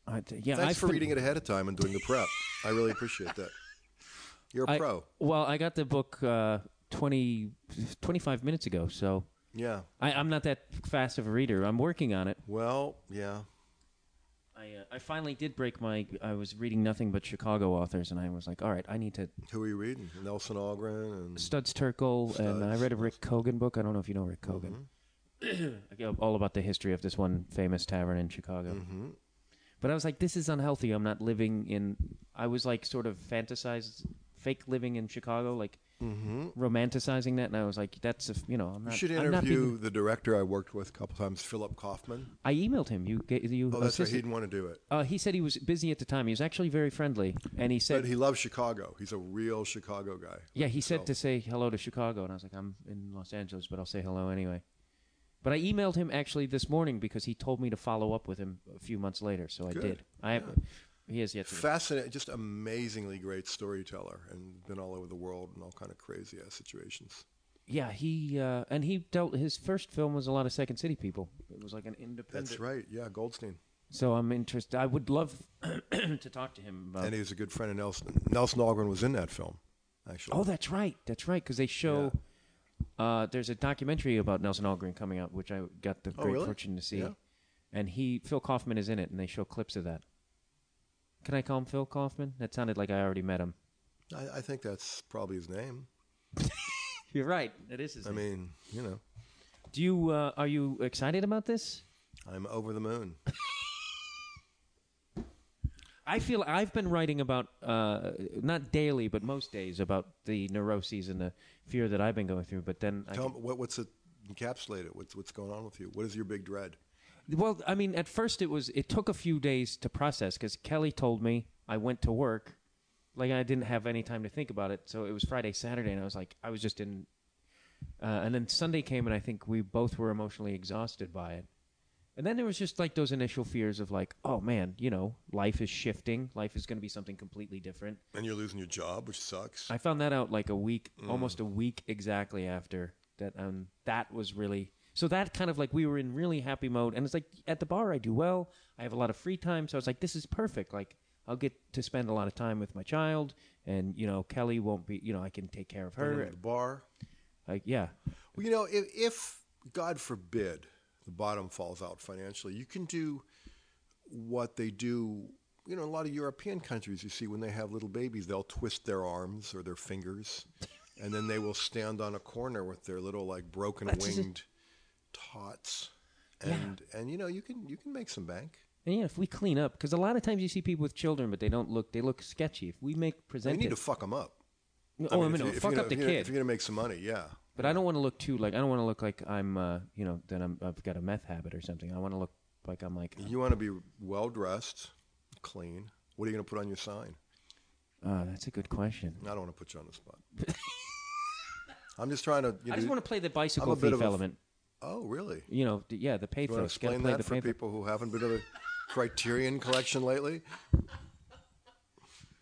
Speaker 4: I, yeah,
Speaker 5: Thanks
Speaker 4: I've
Speaker 5: for
Speaker 4: been-
Speaker 5: reading it ahead of time and doing the prep. I really appreciate that. You're a
Speaker 4: I-
Speaker 5: pro.
Speaker 4: Well, I got the book uh, 20, 25 minutes ago, so
Speaker 5: Yeah.
Speaker 4: I, I'm not that fast of a reader. I'm working on it.
Speaker 5: Well, yeah.
Speaker 4: I, uh, I finally did break my. I was reading nothing but Chicago authors, and I was like, all right, I need to.
Speaker 5: Who are you reading? Nelson Algren and
Speaker 4: Studs Terkel, and I read a Rick Kogan book. I don't know if you know Rick Kogan.
Speaker 5: Mm-hmm.
Speaker 4: (clears throat) I go all about the history of this one famous tavern in Chicago.
Speaker 5: Mm-hmm.
Speaker 4: But I was like, this is unhealthy. I'm not living in. I was like, sort of fantasized, fake living in Chicago. Like, romanticizing that, and I was like, "That's a, you know, I'm not."
Speaker 5: Mm-hmm. You should
Speaker 4: I'm not being-
Speaker 5: interview the director I worked with a couple times, Philip Kaufman.
Speaker 4: I emailed him. You ga- you.
Speaker 5: Oh, that's right. He
Speaker 4: assisted-
Speaker 5: didn't want to do it,
Speaker 4: uh, he said he was busy at the time. He was actually very friendly, and he said,
Speaker 5: but he loves Chicago. He's a real Chicago guy.
Speaker 4: "Yeah, he said
Speaker 5: So-
Speaker 4: to say hello to Chicago," and I was like, "I'm in Los Angeles, but I'll say hello anyway." But I emailed him actually this morning because he told me to follow up with him a few months later, so I
Speaker 5: Good.
Speaker 4: did. I he has yet to.
Speaker 5: Fascinating, just amazingly great storyteller, and been all over the world in all kind of crazy ass situations.
Speaker 4: yeah, he uh, and he dealt. His first film was a lot of Second City people. It was like an independent.
Speaker 5: That's right. Yeah, Goldstein,
Speaker 4: So I'm interested. I would love (clears throat) to talk to him about.
Speaker 5: and he was a good friend of Nelson. Nelson Algren was in that film, actually.
Speaker 4: Oh, that's right. That's right. Because they show. Uh, there's a documentary about Nelson Algren coming out, which I got the great
Speaker 5: Oh, really?
Speaker 4: fortune to see.
Speaker 5: Yeah.
Speaker 4: And he, Phil Kaufman is in it, and they show clips of that. Can I call him Phil Kaufman? That sounded like I already met him.
Speaker 5: I, I think that's probably his name.
Speaker 4: You're right. It is his
Speaker 5: I mean, you know,
Speaker 4: Do you uh, are you excited about this?
Speaker 5: I'm over the moon.
Speaker 4: I feel I've been writing about uh, not daily, but most days about the neuroses and the fear that I've been going through. But then, I
Speaker 5: Tell me what, what's it encapsulate it? What's what's going on with you? What is your big dread?
Speaker 4: Well, I mean, at first it was it took a few days to process because Kelly told me I went to work, like I didn't have any time to think about it. So it was Friday, Saturday, and I was like, I was just in. Uh, and then Sunday came, and I think we both were emotionally exhausted by it. And then there was just like those initial fears of like, oh man, you know, life is shifting. Life is going to be something completely different.
Speaker 5: And you're losing your job, which sucks.
Speaker 4: I found that out like a week,
Speaker 5: Mm.
Speaker 4: almost a week exactly after that. Um, that was really so that kind of like we were in really happy mode, and it's like at the bar I do well. I have a lot of free time, so I was like, this is perfect. Like I'll get to spend a lot of time with my child, and you know Kelly won't be. You know I can take care of
Speaker 5: Going to
Speaker 4: her.
Speaker 5: the bar.
Speaker 4: Like yeah,
Speaker 5: Well, you know, if, if God forbid the bottom falls out financially, you can do what they do. You know, in a lot of European countries, you see when they have little babies, they'll twist their arms or their fingers, and then they will stand on a corner with their little like broken winged tots, and and you know you can you can make some bank.
Speaker 4: and yeah. If we clean up, because a lot of times you see people with children, but they don't look. They look sketchy. If we make
Speaker 5: You
Speaker 4: present
Speaker 5: need to
Speaker 4: it,
Speaker 5: fuck them up.
Speaker 4: oh,
Speaker 5: I
Speaker 4: I
Speaker 5: mean, if
Speaker 4: mean,
Speaker 5: you- if
Speaker 4: fuck
Speaker 5: you're
Speaker 4: up the
Speaker 5: gonna- if you're gonna-
Speaker 4: kid.
Speaker 5: If you're gonna make some money, yeah.
Speaker 4: But I don't want to look too like I don't want to look like I'm uh, you know that I'm I've got a meth habit or something. I want to look like I'm like
Speaker 5: You want to be well dressed, clean. What are you gonna put on your sign?
Speaker 4: uh, that's a good question.
Speaker 5: I don't want to put you on the spot.
Speaker 4: (laughs)
Speaker 5: I'm just trying to. You know,
Speaker 4: I just want to play the
Speaker 5: I'm
Speaker 4: bicycle
Speaker 5: a bit
Speaker 4: thief
Speaker 5: of a-
Speaker 4: element.
Speaker 5: Oh, really? You
Speaker 4: You know, the, yeah, the paid
Speaker 5: want to
Speaker 4: folks. Gotta
Speaker 5: explain
Speaker 4: play
Speaker 5: that
Speaker 4: the
Speaker 5: for
Speaker 4: paid folk.
Speaker 5: people who haven't been to the Criterion Collection lately?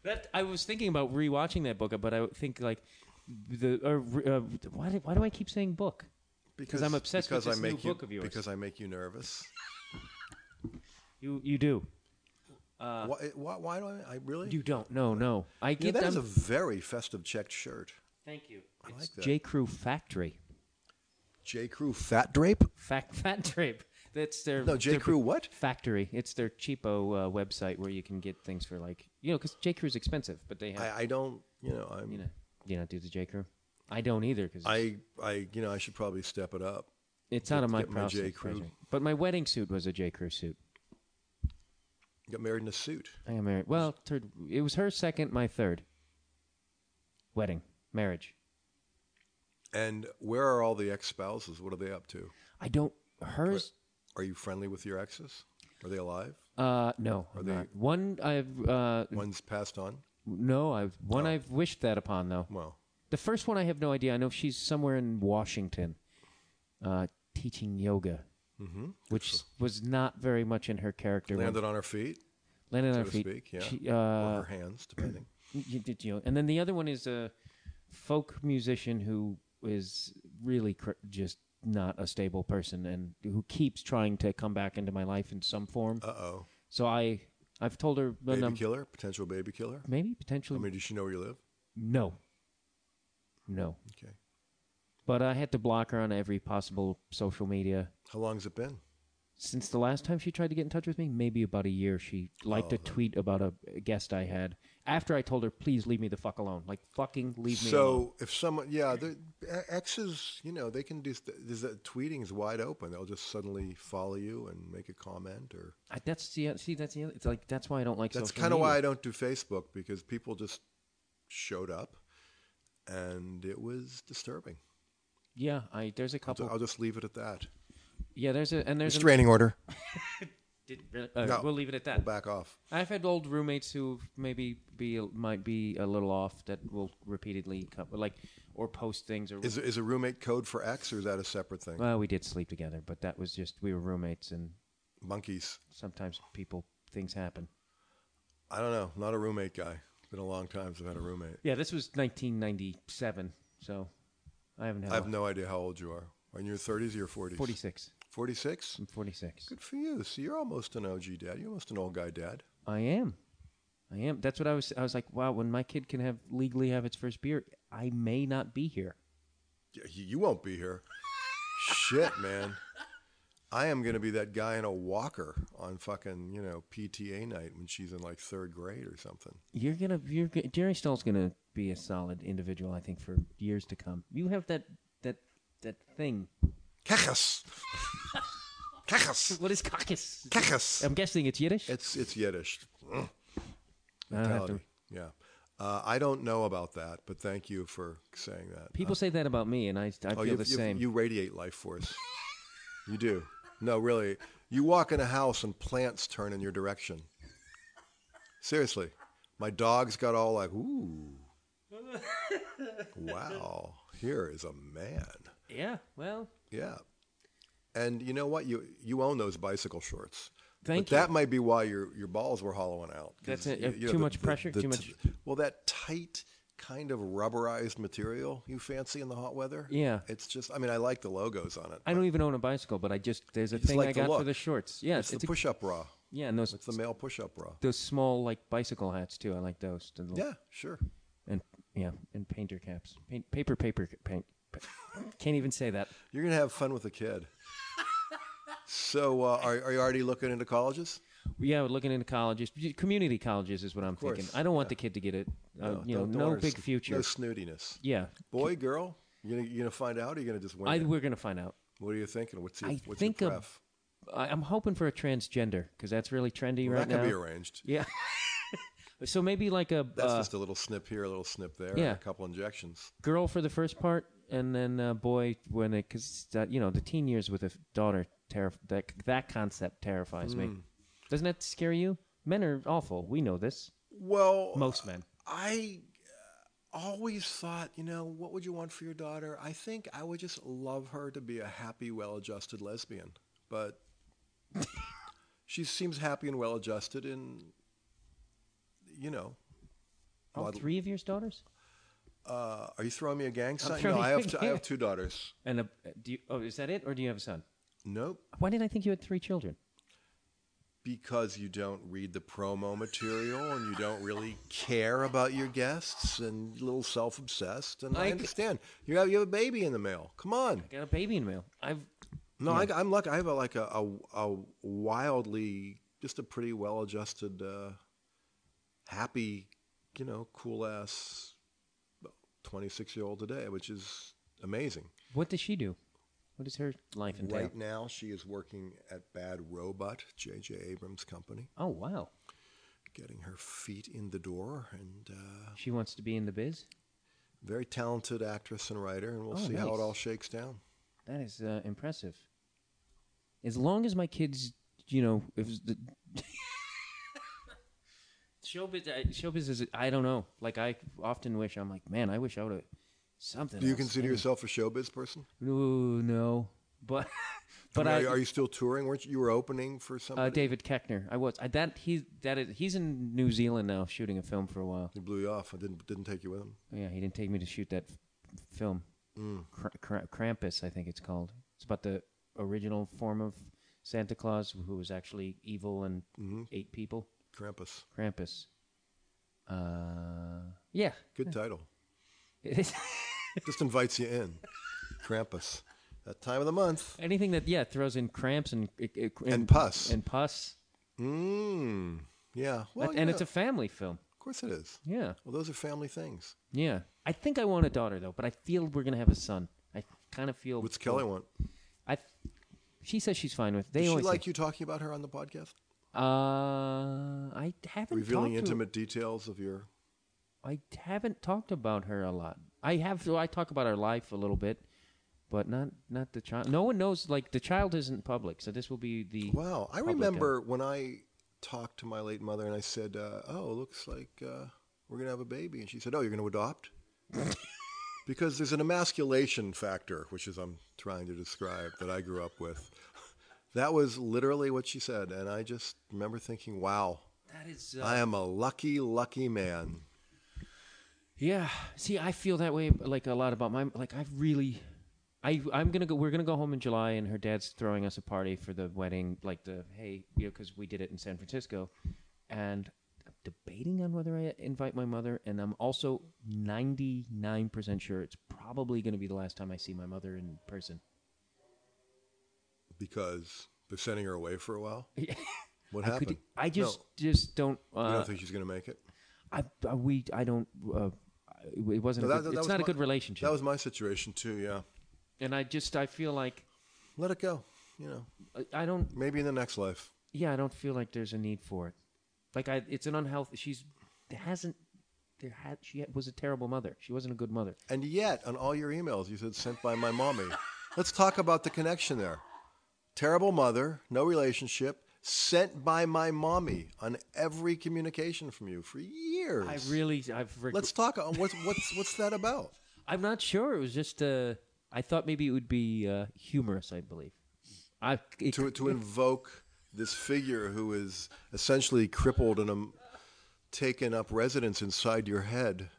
Speaker 4: That I was thinking about rewatching that book, but I think like the or, uh, why do, why do I keep saying book? I'm obsessed with
Speaker 5: because
Speaker 4: this
Speaker 5: I make
Speaker 4: new
Speaker 5: you,
Speaker 4: book of yours.
Speaker 5: Because I make you nervous.
Speaker 4: You you do
Speaker 5: why, why, why do I? I really?
Speaker 4: Uh, you don't no no I
Speaker 5: You know,
Speaker 4: get
Speaker 5: that
Speaker 4: them.
Speaker 5: is a very festive checked shirt.
Speaker 4: Thank you. It's
Speaker 5: like that.
Speaker 4: J Crew Factory
Speaker 5: J Crew fat drape?
Speaker 4: Fact (laughs) Fat Drape. That's their
Speaker 5: No, J
Speaker 4: their-
Speaker 5: Crew what?
Speaker 4: Factory. It's their cheapo uh, website where you can get things for like you know because J Crew's expensive, but they have
Speaker 5: I, I don't. You know, I'm.
Speaker 4: you know you know do the J Crew. I don't either because
Speaker 5: I, I, you know, I should probably step it up.
Speaker 4: it's out of my
Speaker 5: get my J.
Speaker 4: process.
Speaker 5: Crew.
Speaker 4: project. But my wedding suit was a J Crew suit.
Speaker 5: Got married in a suit.
Speaker 4: I got married. Well, third. It was her second, my third wedding marriage.
Speaker 5: And where are all the ex spouses? What are they up to?
Speaker 4: I don't. Hers.
Speaker 5: Are you friendly with your exes? Are they alive?
Speaker 4: Uh, no.
Speaker 5: Are
Speaker 4: I'm
Speaker 5: they-
Speaker 4: not. One I've uh,
Speaker 5: One's passed on.
Speaker 4: no. I've one I've wished that upon though.
Speaker 5: Well,
Speaker 4: The first one I have no idea. I know she's somewhere in Washington, uh, teaching yoga, mm-hmm. which was not very much in her character. when-
Speaker 5: landed on her feet,
Speaker 4: landed on
Speaker 5: so
Speaker 4: her
Speaker 5: to
Speaker 4: feet.
Speaker 5: speak. Yeah,
Speaker 4: She,
Speaker 5: or
Speaker 4: uh,
Speaker 5: her hands,
Speaker 4: (clears throat)
Speaker 5: depending.
Speaker 4: you did you- and then the other one is a folk musician who is really cr- just not a stable person and who keeps trying to come back into my life in some form.
Speaker 5: Uh oh,
Speaker 4: so I, I've told her the
Speaker 5: baby
Speaker 4: num-
Speaker 5: killer, potential baby killer.
Speaker 4: maybe
Speaker 5: I
Speaker 4: potentially
Speaker 5: mean, does she know where you live?
Speaker 4: no, no.
Speaker 5: Okay.
Speaker 4: But I had to block her on every possible social media.
Speaker 5: How long's it been?
Speaker 4: since the last time she tried to get in touch with me, maybe about a year, she liked a
Speaker 5: Oh.
Speaker 4: tweet about a guest I had after I told her, please leave me the fuck alone. Like, fucking leave me alone.
Speaker 5: So if someone, yeah, the e-, exes, you know, they can do. There's that tweeting is wide open. They'll just suddenly follow you and make a comment, or
Speaker 4: I, that's the, see, that's the other, it's like, that's why I don't like
Speaker 5: that's
Speaker 4: social
Speaker 5: kind of why I
Speaker 4: media.
Speaker 5: don't do Facebook because people just showed up and it was disturbing.
Speaker 4: Yeah, I there's a
Speaker 5: So
Speaker 4: couple.
Speaker 5: I'll just leave it at that.
Speaker 4: yeah, there's a and there's a,
Speaker 5: Restraining order.
Speaker 4: did- really? All
Speaker 5: No.
Speaker 4: right, We'll leave it at that.
Speaker 5: We'll back off.
Speaker 4: I've had old roommates who maybe be might be a little off that will repeatedly come, like or post things or
Speaker 5: Is is a roommate code for X or is that a separate thing?
Speaker 4: well, we did sleep together, but that was just we were roommates and
Speaker 5: Monkeys.
Speaker 4: sometimes people things happen.
Speaker 5: I don't know. Not a roommate guy. Been a long time since I've had a roommate.
Speaker 4: Yeah, this was 1997, so I haven't had
Speaker 5: I have
Speaker 4: one.
Speaker 5: no idea how old you are. Are you in your 30s or your 40s?
Speaker 4: 46.
Speaker 5: 46?
Speaker 4: I'm 46.
Speaker 5: Good for you. So you're almost an OG dad. You're almost an old guy dad.
Speaker 4: I am. I am. That's what I was. I was like, wow. When my kid can have legally have its first beer, I may not be here.
Speaker 5: Y- You won't be here. Shit, man. I am going to be that guy in a walker on fucking, you know, PTA night when she's in like third grade or something.
Speaker 4: You're gonna. You're go- Jerry Stahl's gonna be a solid individual. I think for years to come. You have that that that thing.
Speaker 5: Kechas. Kechas.
Speaker 4: What is caucus?
Speaker 5: Kechas.
Speaker 4: I'm guessing it's Yiddish.
Speaker 5: It's, it's Yiddish.
Speaker 4: I don't have to-
Speaker 5: Mentality. Yeah. Uh, I don't know about that, but thank you for saying that.
Speaker 4: people say that about me, and I, I feel
Speaker 5: you-
Speaker 4: the
Speaker 5: you-
Speaker 4: same.
Speaker 5: Oh, You radiate life force. you do. No, really. You walk in a house and plants turn in your direction. Seriously. My dogs got all like, ooh. wow. Here is a man.
Speaker 4: yeah. Well,
Speaker 5: Yeah. And you know what? You you own those bicycle shorts.
Speaker 4: Thank
Speaker 5: but
Speaker 4: you.
Speaker 5: That might be why your your balls were hollowing out. 'cause,
Speaker 4: That's it.
Speaker 5: y-
Speaker 4: Uh, too much pressure, too
Speaker 5: t- well, that tight kind of rubberized material you fancy in the hot weather.
Speaker 4: Yeah.
Speaker 5: It's just. I mean, I like the logos on it.
Speaker 4: I don't even own a bicycle, but I just there's a
Speaker 5: just
Speaker 4: thing
Speaker 5: like
Speaker 4: I
Speaker 5: the
Speaker 4: got for
Speaker 5: look.
Speaker 4: the shorts. Yeah,
Speaker 5: it's,
Speaker 4: it's
Speaker 5: the
Speaker 4: a-
Speaker 5: push-up bra.
Speaker 4: yeah, and those
Speaker 5: It's the male push-up bra.
Speaker 4: those small like bicycle hats too. I like those. The little-
Speaker 5: Yeah, sure.
Speaker 4: and yeah, and painter caps, paint, paper, paper, ca- paint. pa- Can't even say that.
Speaker 5: You're gonna have fun with the kid. so, uh, are, are you already looking into colleges?
Speaker 4: Yeah, we're looking into colleges, community colleges is what I'm
Speaker 5: course,
Speaker 4: thinking. I don't want the kid to get it. Uh, you know,
Speaker 5: Don't- don't
Speaker 4: no
Speaker 5: wanna
Speaker 4: big
Speaker 5: sn-
Speaker 4: future.
Speaker 5: No snootiness.
Speaker 4: yeah,
Speaker 5: Boy, girl. You gonna, you gonna find out? Or you gonna just wing
Speaker 4: I,
Speaker 5: it?
Speaker 4: we're gonna find out.
Speaker 5: What are you thinking? What's your,
Speaker 4: I
Speaker 5: what's
Speaker 4: think
Speaker 5: your
Speaker 4: a-
Speaker 5: pref?
Speaker 4: I, I'm hoping for a transgender because that's really trendy
Speaker 5: Well,
Speaker 4: right
Speaker 5: that
Speaker 4: now.
Speaker 5: can be arranged.
Speaker 4: yeah. (laughs) so maybe like a
Speaker 5: That's
Speaker 4: uh,
Speaker 5: just a little snip here, a little snip there,
Speaker 4: yeah.
Speaker 5: and a couple injections.
Speaker 4: girl for the first part, and then uh, boy when it because uh, you know the teen years with a f- daughter terrif- that that concept terrifies me. Doesn't that scare you? Men are awful. We know this.
Speaker 5: Well,
Speaker 4: Most men.
Speaker 5: I uh, always thought, you know, what would you want for your daughter? I think I would just love her to be a happy, well-adjusted lesbian. But (laughs) she seems happy and well-adjusted, and you know,
Speaker 4: All
Speaker 5: model-
Speaker 4: three of your daughters?
Speaker 5: uh, are you throwing me a gang sign?
Speaker 4: throwing
Speaker 5: No, I
Speaker 4: you a
Speaker 5: have t- I
Speaker 4: gang-
Speaker 5: have two daughters.
Speaker 4: And a, do you, oh, is that it, or do you have a son?
Speaker 5: Nope.
Speaker 4: Why did I think you had three children?
Speaker 5: because you don't read the promo material and you don't really care about your guests and you're a little self-obsessed and i,
Speaker 4: I-
Speaker 5: understand you have you have a baby in the mail come on
Speaker 4: I got a baby in the mail. I've
Speaker 5: no I, i'm lucky i have a, like a, a, a wildly just a pretty well-adjusted uh, happy you know cool ass 26 year old today which is amazing
Speaker 4: what does she do? What is her life entail?
Speaker 5: right now she is working at bad robot jj abrams company
Speaker 4: Oh wow,
Speaker 5: getting her feet in the door and uh,
Speaker 4: she wants to be in the biz.
Speaker 5: very talented actress and writer, and we'll
Speaker 4: Oh,
Speaker 5: see how
Speaker 4: nice.
Speaker 5: it all shakes down.
Speaker 4: That is uh, impressive. As long as my kids, you know, if the (laughs) showbiz, uh, showbiz is, I don't know. Like I often wish, I'm like, man, I wish I would have something.
Speaker 5: Do you
Speaker 4: else."
Speaker 5: consider yourself a showbiz person?
Speaker 4: No, no, but (laughs) but
Speaker 5: I mean,
Speaker 4: I,
Speaker 5: are, are you still touring? Weren't you, you were opening for somebody?
Speaker 4: Uh, David Keckner. I was. I, that he that is, he's in New Zealand now shooting a film for a while.
Speaker 5: He blew you off. I didn't didn't take you with him.
Speaker 4: Yeah, he didn't take me to shoot that f- film.
Speaker 5: Mm.
Speaker 4: Kr- Kr- Krampus, I think it's called. It's about the original form of Santa Claus, who was actually evil and
Speaker 5: Mm-hmm.
Speaker 4: ate people.
Speaker 5: Krampus.
Speaker 4: Krampus. Uh, yeah. (laughs)
Speaker 5: Good title.
Speaker 4: It is-
Speaker 5: Just invites you in. Krampus. That time of the month.
Speaker 4: Anything that yeah throws in cramps and it- it-
Speaker 5: And pus.
Speaker 4: and pus,
Speaker 5: Mmm. Yeah. Well,
Speaker 4: and
Speaker 5: yeah,
Speaker 4: it's a family film.
Speaker 5: of course it is.
Speaker 4: Yeah.
Speaker 5: Well, those are family things.
Speaker 4: Yeah. I think I want a daughter though, but I feel we're gonna have a son. I kind of feel.
Speaker 5: What's Kelly want?
Speaker 4: I. She says she's fine with. They
Speaker 5: Does she
Speaker 4: always
Speaker 5: like
Speaker 4: say,
Speaker 5: you talking about her on the podcast?
Speaker 4: Uh, I haven't
Speaker 5: Revealing
Speaker 4: talked to-
Speaker 5: intimate details of your.
Speaker 4: I haven't talked about her a lot. I have. I talk about our life a little bit, but not not the child. No one knows. Like the child isn't public, so this will be the.
Speaker 5: Wow, I
Speaker 4: public, uh,
Speaker 5: remember when I talked to my late mother and I said, uh, "Oh, looks like uh, we're gonna have a baby," and she said, "Oh, you're
Speaker 4: (laughs)
Speaker 5: gonna adopt?" because there's an emasculation factor, which is I'm trying to describe that I grew up with. That was literally what she said, and I just remember thinking, "Wow,
Speaker 4: that is. uh,
Speaker 5: I am a lucky, lucky man."
Speaker 4: Yeah. See, I feel that way like a lot about my like I've really I I'm going to go we're going to go home in July and her dad's throwing us a party for the wedding like the hey, you know cuz we did it in San Francisco and I'm debating on whether I invite my mother and I'm also 99% sure it's probably going to be the last time I see my mother in person.
Speaker 5: Because they're sending her away for
Speaker 4: (laughs)
Speaker 5: a while. What
Speaker 4: I
Speaker 5: happened?
Speaker 4: could I just
Speaker 5: No,
Speaker 4: just don't uh
Speaker 5: you don't think she's gonna make it?
Speaker 4: I, I we I don't uh, it wasn't
Speaker 5: No,
Speaker 4: a
Speaker 5: that-
Speaker 4: good,
Speaker 5: that
Speaker 4: it's
Speaker 5: was
Speaker 4: not a
Speaker 5: my-
Speaker 4: good relationship.
Speaker 5: That was my situation too. Yeah,
Speaker 4: and I just I feel like
Speaker 5: let it go. You know,
Speaker 4: I- I don't
Speaker 5: maybe in the next life.
Speaker 4: yeah, I don't feel like there's a need for it. Like I, it's an unhealthy. She's hasn't there had she was a terrible mother. She wasn't a good mother.
Speaker 5: And yet, on all your emails, you said sent by my mommy. Let's talk about the connection there. Terrible mother, no relationship, sent by my mommy on every communication from you for years.
Speaker 4: I really, I've. Reg-
Speaker 5: Let's talk. uh, What's what's what's that about?
Speaker 4: I'm not sure. It was just. Uh, I thought maybe it would be uh, humorous. I believe. I it,
Speaker 5: To to invoke this figure who is essentially crippled and um, taken up residence inside your head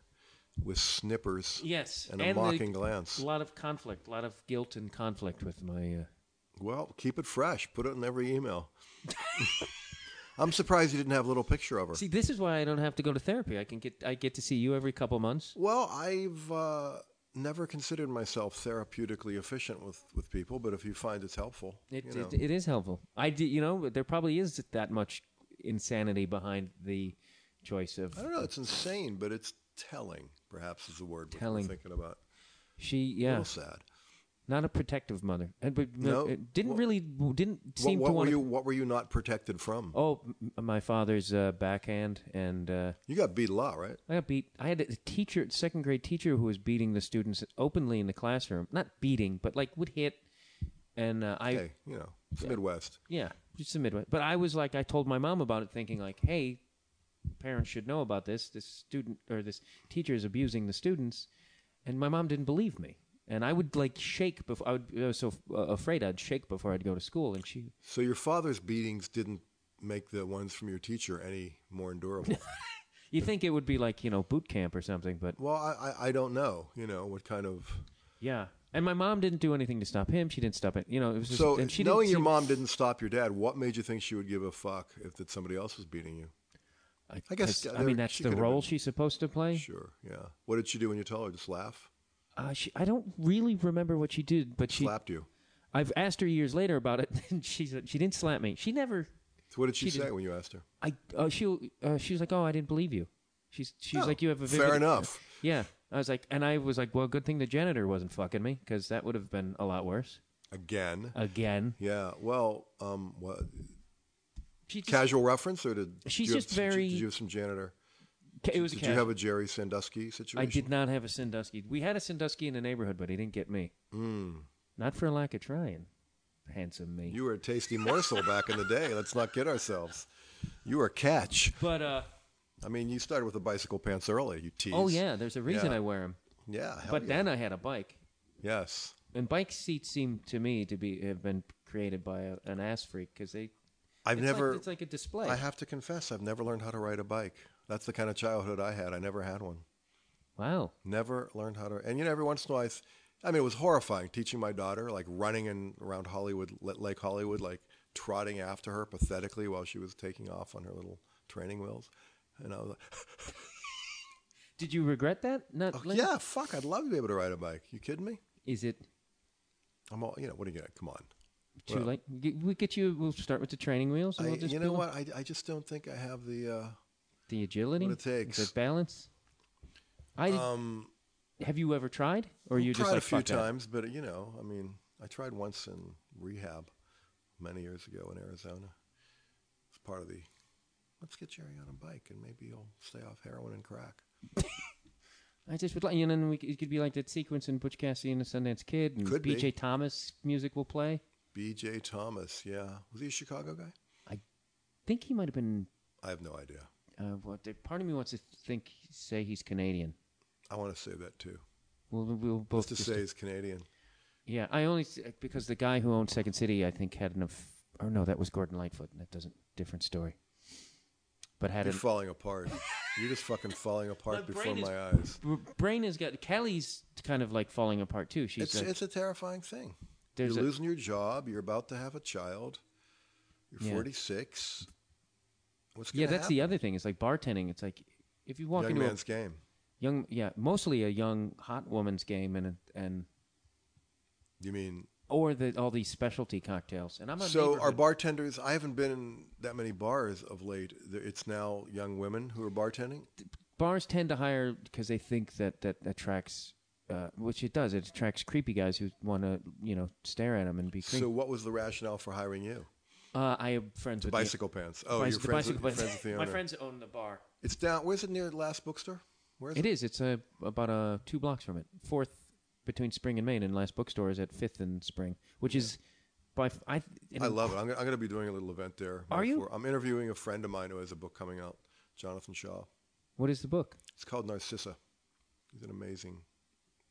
Speaker 5: with snippers.
Speaker 4: yes,
Speaker 5: and
Speaker 4: the-
Speaker 5: a mocking glance.
Speaker 4: A lot of conflict, a lot of guilt and conflict with my. Uh,
Speaker 5: Well, keep it fresh. Put it in every email. (laughs) I'm surprised you didn't have a little picture of her.
Speaker 4: see, this is why I don't have to go to therapy. I can get I get to see you every couple months.
Speaker 5: Well, I've uh, never considered myself therapeutically efficient with, with people, but if you find it's helpful,
Speaker 4: It,
Speaker 5: you know.
Speaker 4: it, it is helpful. I did, you know, there probably is that much insanity behind the choice of
Speaker 5: I don't know. It's insane, but it's telling. Perhaps is the word we're-
Speaker 4: Telling.
Speaker 5: we're thinking about.
Speaker 4: she.
Speaker 5: A
Speaker 4: Yeah,
Speaker 5: little sad.
Speaker 4: not a protective mother, And but
Speaker 5: No,
Speaker 4: uh, didn't
Speaker 5: well-
Speaker 4: really didn't
Speaker 5: What,
Speaker 4: seem
Speaker 5: what
Speaker 4: to
Speaker 5: were
Speaker 4: want.
Speaker 5: you? What were you not protected from?
Speaker 4: Oh, m- my father's uh, backhand, and uh,
Speaker 5: You got beat a lot, right?
Speaker 4: I got beat. I had a teacher, second grade teacher, who was beating the students openly in the classroom. Not beating, but like would hit, and uh, I.
Speaker 5: hey, you know, it's the Midwest.
Speaker 4: Yeah, just the Midwest. But I was like, I told my mom about it, thinking like, hey, parents should know about this. This student or this teacher is abusing the students, and my mom didn't believe me. And I would like shake before I, would, I was so uh, afraid I'd shake before I'd go to school. And she,
Speaker 5: So your father's beatings didn't make the ones from your teacher any more
Speaker 4: (laughs)
Speaker 5: endurable.
Speaker 4: you think it would be like you know boot camp or something, but
Speaker 5: well, I, I I don't know. You know what kind of
Speaker 4: yeah. And my mom didn't do anything to stop him. She didn't stop it. You know, it was just,
Speaker 5: So,
Speaker 4: and she
Speaker 5: knowing
Speaker 4: didn't
Speaker 5: your
Speaker 4: seem-
Speaker 5: mom didn't stop your dad, what made you think she would give a fuck if that somebody else was beating you?
Speaker 4: I,
Speaker 5: I guess,
Speaker 4: I
Speaker 5: uh,
Speaker 4: mean that's
Speaker 5: she
Speaker 4: the
Speaker 5: could have
Speaker 4: role
Speaker 5: been-
Speaker 4: she's supposed to play.
Speaker 5: Sure, yeah. What did she do when you told her? Just laugh,
Speaker 4: Uh, she, I don't really remember what she did, but she
Speaker 5: slapped you.
Speaker 4: I've asked her years later about it, (laughs) and she said she didn't slap me. She never.
Speaker 5: So what did she,
Speaker 4: she
Speaker 5: say
Speaker 4: didn't-
Speaker 5: when you asked her?
Speaker 4: I uh, she uh, she was like, oh, I didn't believe you. She's she's
Speaker 5: Oh,
Speaker 4: like, you have a
Speaker 5: fair
Speaker 4: vivid-
Speaker 5: enough.
Speaker 4: (laughs) Yeah, I was like, and I was like, well, good thing the janitor wasn't fucking me because that would have been a lot worse.
Speaker 5: Again.
Speaker 4: Again,
Speaker 5: yeah. Well, um, what
Speaker 4: she just,
Speaker 5: casual reference or did
Speaker 4: She's
Speaker 5: you have
Speaker 4: just
Speaker 5: some-
Speaker 4: very-
Speaker 5: Did you have some janitor?
Speaker 4: it was. a
Speaker 5: did
Speaker 4: cash-
Speaker 5: you have a Jerry Sandusky situation?
Speaker 4: I did not have a Sandusky. We had a Sandusky in the neighborhood, but he didn't get me. Not for lack of trying. Handsome me.
Speaker 5: Hmm. You were a tasty morsel back in the day. Let's not kid ourselves. You were a catch.
Speaker 4: but
Speaker 5: (laughs)
Speaker 4: uh,
Speaker 5: I mean, you started with the bicycle pants early. You teased.
Speaker 4: oh yeah, there's a reason
Speaker 5: Yeah.
Speaker 4: I wear them.
Speaker 5: Yeah. hell
Speaker 4: But
Speaker 5: yeah.
Speaker 4: then I had a bike.
Speaker 5: Yes.
Speaker 4: And bike seats seem to me to be have been created by a, an ass freak because they.
Speaker 5: I've
Speaker 4: it's
Speaker 5: never.
Speaker 4: Like, it's like a display.
Speaker 5: I have to confess, I've never learned how to ride a bike. That's the kind of childhood I had. I never had one.
Speaker 4: wow.
Speaker 5: Never learned how to. And you know, every once in a while, I, th- I mean, it was horrifying teaching my daughter, like running in around Hollywood, L- Lake Hollywood, like trotting after her pathetically while she was taking off on her little training wheels. And I was like, "Oh,
Speaker 4: Did you regret that? Not like-
Speaker 5: yeah, fuck, I'd love to be able to ride a bike. You kidding me?
Speaker 4: Is it
Speaker 5: I'm all, you know, what are you going to, come on.
Speaker 4: too
Speaker 5: Well-
Speaker 4: late? We get- We get you. We'll start with the training wheels. And
Speaker 5: I,
Speaker 4: we'll just
Speaker 5: you know
Speaker 4: build
Speaker 5: what? I, I just don't think I have the, uh,
Speaker 4: The agility.
Speaker 5: What it takes.
Speaker 4: The balance. I.
Speaker 5: um,
Speaker 4: have you ever tried, or you
Speaker 5: tried
Speaker 4: just like
Speaker 5: a few
Speaker 4: fuck that?
Speaker 5: times, but you know, I mean, I tried once in rehab many years ago in Arizona. It's part of the let's get Jerry on a bike and maybe he'll stay off heroin and crack.
Speaker 4: I just would like, you know, and we, c- it could be like that sequence in Butch Cassidy and the Sundance Kid. And
Speaker 5: Could be.
Speaker 4: BJ Thomas music will play.
Speaker 5: B.J. Thomas, yeah, was he a Chicago guy?
Speaker 4: think he might have been.
Speaker 5: I have no idea.
Speaker 4: Uh, what, part of me wants to think, say he's Canadian.
Speaker 5: I want to say that too.
Speaker 4: We'll, we'll both
Speaker 5: Just to
Speaker 4: just-
Speaker 5: say he's Canadian.
Speaker 4: Yeah, I only s- because the guy who owned Second City, I think, had an. aff- Or no, that was Gordon Lightfoot. That doesn't different story. But had
Speaker 5: You're
Speaker 4: an (laughs)
Speaker 5: falling apart. You're just fucking falling apart
Speaker 4: My
Speaker 5: before
Speaker 4: brain is-
Speaker 5: my eyes.
Speaker 4: b- brain has got Kelly's kind of like falling apart too. She's
Speaker 5: It's
Speaker 4: like,
Speaker 5: it's a terrifying thing. You're
Speaker 4: there's a-
Speaker 5: losing your job. You're about to have a child. You're
Speaker 4: Yeah.
Speaker 5: 46. What's going
Speaker 4: yeah. That's the other thing. It's like bartending. It's like if you walk
Speaker 5: young
Speaker 4: into a-
Speaker 5: man's game.
Speaker 4: young, yeah, mostly a young hot woman's game and and
Speaker 5: You mean
Speaker 4: or the all these specialty cocktails. And I'm a
Speaker 5: so? Are
Speaker 4: neighborhood-
Speaker 5: bartenders? I haven't been in that many bars of late. There- It's now young women who are bartending.
Speaker 4: bars tend to hire because they think that that attracts, uh, which it does. It attracts creepy guys who want to you know stare at them and be creepy.
Speaker 5: So what was the rationale for hiring you?
Speaker 4: uh, I am friends with the-
Speaker 5: Bicycle pants. Oh,
Speaker 4: bicy-
Speaker 5: you're
Speaker 4: the
Speaker 5: friends,
Speaker 4: bicycle-
Speaker 5: with, you're friends with the
Speaker 4: My
Speaker 5: owner.
Speaker 4: friends own the bar.
Speaker 5: It's down. Where's it near the last bookstore? Where is
Speaker 4: It is. It's uh about uh, two blocks from it. Fourth between Spring and Main, and last bookstore is at Fifth and Spring, which is by f- I. and-
Speaker 5: I love it. I'm, gonna- I'm going to be doing a little event there.
Speaker 4: Are you?
Speaker 5: Before- I'm interviewing a friend of mine who has a book coming out, Jonathan Shaw.
Speaker 4: What is the book?
Speaker 5: It's called Narcissa. It's an amazing,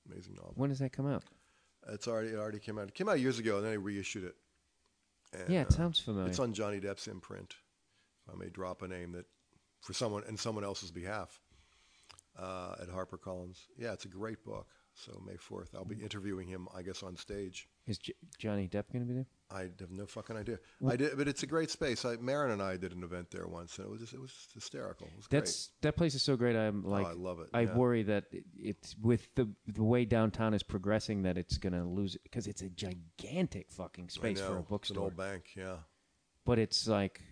Speaker 5: amazing novel.
Speaker 4: When does that come out?
Speaker 5: It's already it already came out. It came out years ago, and then they reissued it. And,
Speaker 4: yeah, it
Speaker 5: uh,
Speaker 4: sounds familiar.
Speaker 5: It's on Johnny Depp's imprint. If I may drop a name that for someone in someone else's behalf uh, at HarperCollins. Yeah, it's a great book. So May fourth, I'll be interviewing him. I guess on stage.
Speaker 4: is J- Johnny Depp going to be there?
Speaker 5: I have no fucking idea. I did, but it's a great space. I, Marin and I did an event there once, and it was just, it was hysterical. It was
Speaker 4: That's that place is so great. I'm like,
Speaker 5: Oh, I love it,
Speaker 4: I
Speaker 5: yeah.
Speaker 4: worry that it- it's with the the way downtown is progressing that it's going to lose it because it's a gigantic fucking
Speaker 5: great. I
Speaker 4: space for
Speaker 5: know.
Speaker 4: a
Speaker 5: It's
Speaker 4: bookstore.
Speaker 5: an old bank. Yeah,
Speaker 4: but it's like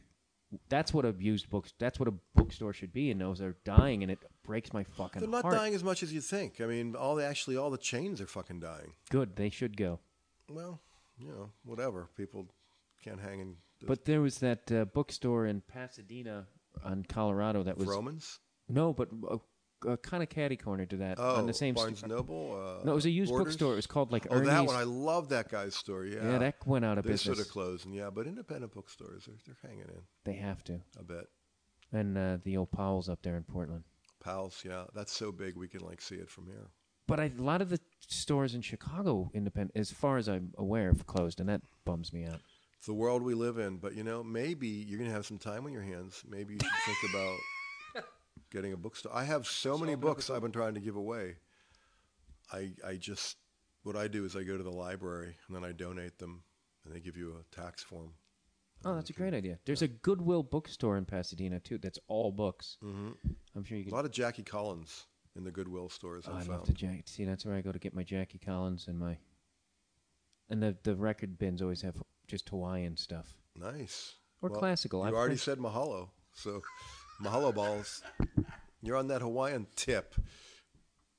Speaker 4: that's what abused books. That's what a bookstore should be, and those are dying, and it breaks my fucking
Speaker 5: they're not
Speaker 4: heart.
Speaker 5: dying as much as you think. I mean, all the actually all the chains are fucking dying.
Speaker 4: Good, they should go.
Speaker 5: Well, you know, whatever. People can't hang in. The
Speaker 4: But there was that uh, bookstore in Pasadena, on Colorado, that was
Speaker 5: Romans.
Speaker 4: no, but uh, uh, kind of catty corner to that
Speaker 5: Oh,
Speaker 4: on the same.
Speaker 5: Barnes
Speaker 4: st-
Speaker 5: Noble. Uh,
Speaker 4: no, it was a used
Speaker 5: Borders?
Speaker 4: bookstore. It was called like
Speaker 5: Oh,
Speaker 4: Ernie's.
Speaker 5: that one! I love that guy's store. Yeah,
Speaker 4: Yeah, that went out of
Speaker 5: they
Speaker 4: business.
Speaker 5: should have closed. And yeah, but independent bookstores they're, they're hanging in.
Speaker 4: They have to.
Speaker 5: I bet.
Speaker 4: And uh, the old Powell's up there in Portland.
Speaker 5: Pals, yeah, that's so big we can like see it from here.
Speaker 4: But I, a lot of the stores in Chicago, independent, as far as I'm aware, have closed, and that bums me out.
Speaker 5: It's the world we live in, but you know, maybe you're gonna have some time on your hands. Maybe you should think about
Speaker 4: (laughs)
Speaker 5: getting a bookstore. I have so many books I've been trying to give away. I I just what I do is I go to the library and then I donate them, and they give you a tax form.
Speaker 4: Oh, that's a great idea. There's a Goodwill bookstore in Pasadena too. That's all books. Mm-hmm. I'm sure you
Speaker 5: A
Speaker 4: could.
Speaker 5: lot of Jackie Collins in the Goodwill stores.
Speaker 4: Oh, I
Speaker 5: I
Speaker 4: love the
Speaker 5: found.
Speaker 4: Jack. See, that's where I go to get my Jackie Collins and my. And the the record bins always have just Hawaiian stuff.
Speaker 5: Nice.
Speaker 4: Or classical.
Speaker 5: You
Speaker 4: I've
Speaker 5: already
Speaker 4: heard-
Speaker 5: said mahalo, so mahalo balls. You're on that Hawaiian tip.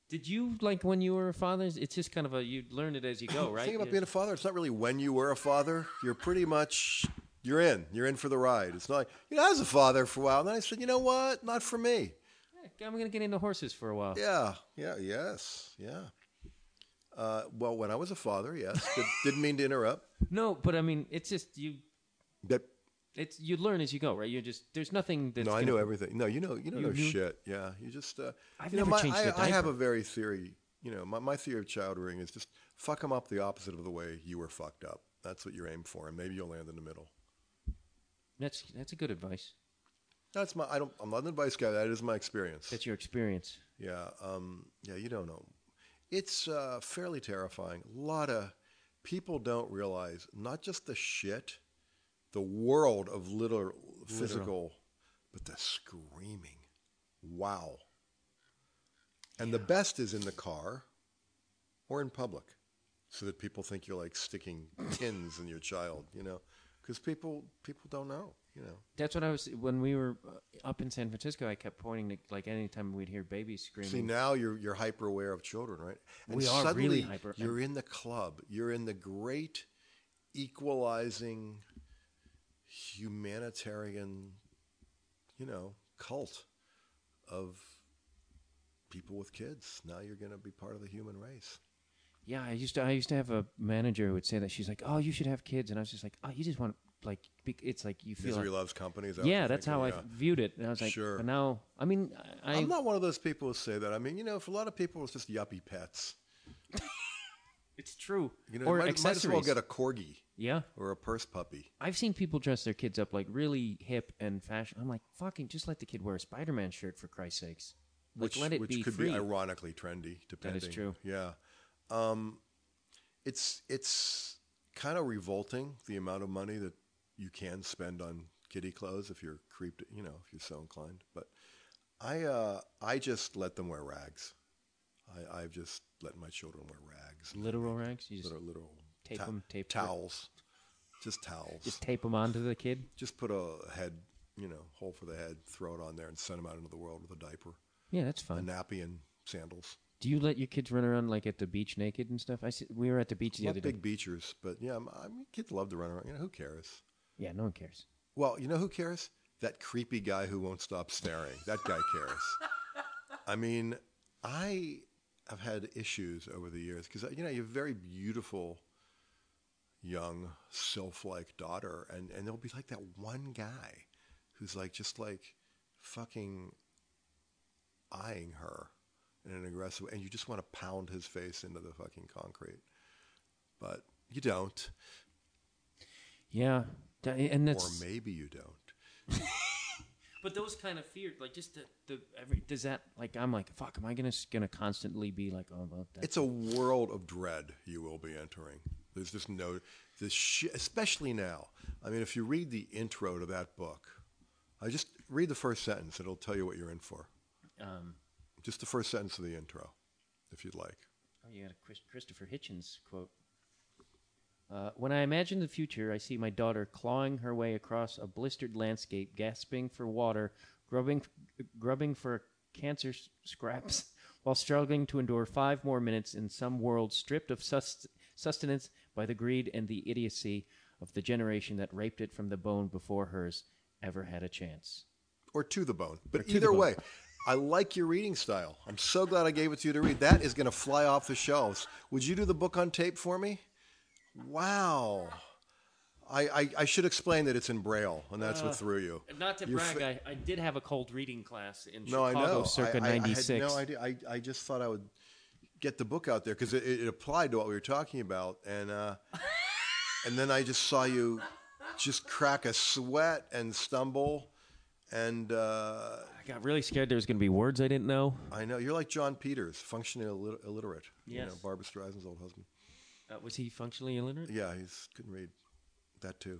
Speaker 4: Did you like when you were a father? It's just kind of a you learn it as you
Speaker 5: (laughs)
Speaker 4: go, right?
Speaker 5: The thing about
Speaker 4: You-
Speaker 5: being a father, it's not really when you were a father. You're pretty much you're in. You're in for the ride. It's not like you know, I was a father for a while, and then I said, you know what? Not for me.
Speaker 4: I'm gonna get into horses for a while.
Speaker 5: Yeah, yeah, yes, yeah. Uh, well, when I was a father, yes, Did, didn't mean to interrupt.
Speaker 4: No, but I mean, it's just you.
Speaker 5: That,
Speaker 4: It's you learn as you go, right? You're just there's nothing that's.
Speaker 5: no, I
Speaker 4: gonna-
Speaker 5: know everything. No, you know, you don't
Speaker 4: You
Speaker 5: know
Speaker 4: knew-
Speaker 5: shit. Yeah, you just. Uh,
Speaker 4: I've
Speaker 5: you know,
Speaker 4: never
Speaker 5: my,
Speaker 4: changed
Speaker 5: I,
Speaker 4: the
Speaker 5: I have
Speaker 4: diaper.
Speaker 5: a very theory. You know, my, my theory of child rearing is just fuck them up the opposite of the way you were fucked up. That's what you aim for, and maybe you'll land in the middle.
Speaker 4: That's that's a good advice.
Speaker 5: That's my. I don't. I'm not an advice guy. That is my experience.
Speaker 4: That's your experience.
Speaker 5: Yeah, um, yeah, you don't know. It's uh, fairly terrifying. A lot of people don't realize not just the shit, the world of little physical, but the screaming. Wow. And the best is in the car or in public, so that people think you're like sticking pins in your child, you know, because people people don't know, you know.
Speaker 4: That's what I was when we were uh, up in San Francisco. I kept pointing to like anytime we'd hear babies screaming.
Speaker 5: See now you're you're hyper aware of children, right? And
Speaker 4: We are
Speaker 5: suddenly
Speaker 4: really hyper-
Speaker 5: You're in the club. You're in the great equalizing humanitarian, you know, cult of people with kids. Now you're going to be part of the human race.
Speaker 4: Yeah, I used to I used to have a manager who would say that she's like, "Oh, you should have kids," and I was just like, "Oh, you just want like be- it's like you feel
Speaker 5: Misery
Speaker 4: like,
Speaker 5: loves company. Is that
Speaker 4: yeah."
Speaker 5: what
Speaker 4: That's
Speaker 5: you're
Speaker 4: how
Speaker 5: thinking?
Speaker 4: I
Speaker 5: Yeah.
Speaker 4: viewed it, and I was like,
Speaker 5: Sure.
Speaker 4: But now, I mean, I
Speaker 5: I'm not one of those people who say that. I mean, you know, for a lot of people, it's just yuppie pets.
Speaker 4: it's true
Speaker 5: You know,
Speaker 4: or
Speaker 5: might, might
Speaker 4: accessories.
Speaker 5: as well get a corgi
Speaker 4: yeah,
Speaker 5: or a purse puppy.
Speaker 4: I've seen people dress their kids up like really hip and fashion. I'm like, fucking, just let the kid wear a Spider-Man shirt for Christ's sakes. Like,
Speaker 5: which
Speaker 4: let it
Speaker 5: which
Speaker 4: be
Speaker 5: could
Speaker 4: free.
Speaker 5: be ironically trendy, depending.
Speaker 4: true.
Speaker 5: Yeah, um, it's it's kind of revolting the amount of money that you can spend on kiddie clothes if you're creeped, you know, if you're so inclined. But I uh, I just let them wear rags. I, I've just let my children wear rags,
Speaker 4: Literal rags. You just
Speaker 5: little, little
Speaker 4: Tape 'em, tape-
Speaker 5: towels, just towels.
Speaker 4: just tape them onto the kid.
Speaker 5: just put a head, you know, hole for the head, throw it on there, and send them out into the world with a diaper,
Speaker 4: Yeah, that's
Speaker 5: a
Speaker 4: fun.
Speaker 5: nappy, and sandals.
Speaker 4: Do you let your kids run around like at the beach naked and stuff? I see, we were at the beach the
Speaker 5: Not
Speaker 4: other
Speaker 5: big
Speaker 4: day.
Speaker 5: beachers, but yeah, I mean, kids love to run around. You know, who cares?
Speaker 4: Yeah, no one cares.
Speaker 5: Well, you know who cares? That creepy guy who won't stop staring. That guy cares. I mean, I have had issues over the years because you know you have a very beautiful, young, self-like daughter, and and there'll be like that one guy who's like just like fucking eyeing her in an aggressive way, and you just want to pound his face into the fucking concrete, but you don't,
Speaker 4: Yeah, Th- and
Speaker 5: or
Speaker 4: that's
Speaker 5: maybe you don't.
Speaker 4: but those kind of fears, like just the, the every does that like I'm like fuck, am I gonna s- gonna constantly be like oh well that
Speaker 5: It's a world of dread you will be entering. There's just no, this shi especially now. I mean, if you read the intro to that book, I just read the first sentence. It'll tell you what you're in for.
Speaker 4: um
Speaker 5: Just the first sentence of the intro, if you'd like.
Speaker 4: oh you got a Chris, Christopher Hitchens quote. Uh, when I imagine the future, I see my daughter clawing her way across a blistered landscape, gasping for water, grubbing, grubbing for cancer s- scraps, (laughs) while struggling to endure five more minutes in some world stripped of sust- sustenance by the greed and the idiocy of the generation that raped it from the bone before hers ever had a chance.
Speaker 5: Or to the bone.
Speaker 4: Or to
Speaker 5: But
Speaker 4: the
Speaker 5: either
Speaker 4: bone.
Speaker 5: way, I like your reading style. I'm so glad I gave it to you to read. That is going to fly off the shelves. Would you do the book on tape for me? Wow. I, I, I should explain that it's in Braille, and that's
Speaker 4: Uh,
Speaker 5: what threw you.
Speaker 4: Not to
Speaker 5: Your
Speaker 4: brag,
Speaker 5: fa-
Speaker 4: I, I did have a cold reading class in
Speaker 5: No, I
Speaker 4: Chicago
Speaker 5: know.
Speaker 4: circa
Speaker 5: I, I, I had
Speaker 4: 96.
Speaker 5: no idea. I, I just thought I would get the book out there because it, it applied to what we were talking about, and uh, and then I just saw you just crack a sweat and stumble, and uh,
Speaker 4: I got really scared there was going to be words I didn't know.
Speaker 5: I know you're like John Peters, functionally illiter- illiterate. You know,
Speaker 4: Yes.
Speaker 5: Barbara Streisand's old husband.
Speaker 4: Uh, was he functionally illiterate?
Speaker 5: Yeah, he's couldn't read. That too.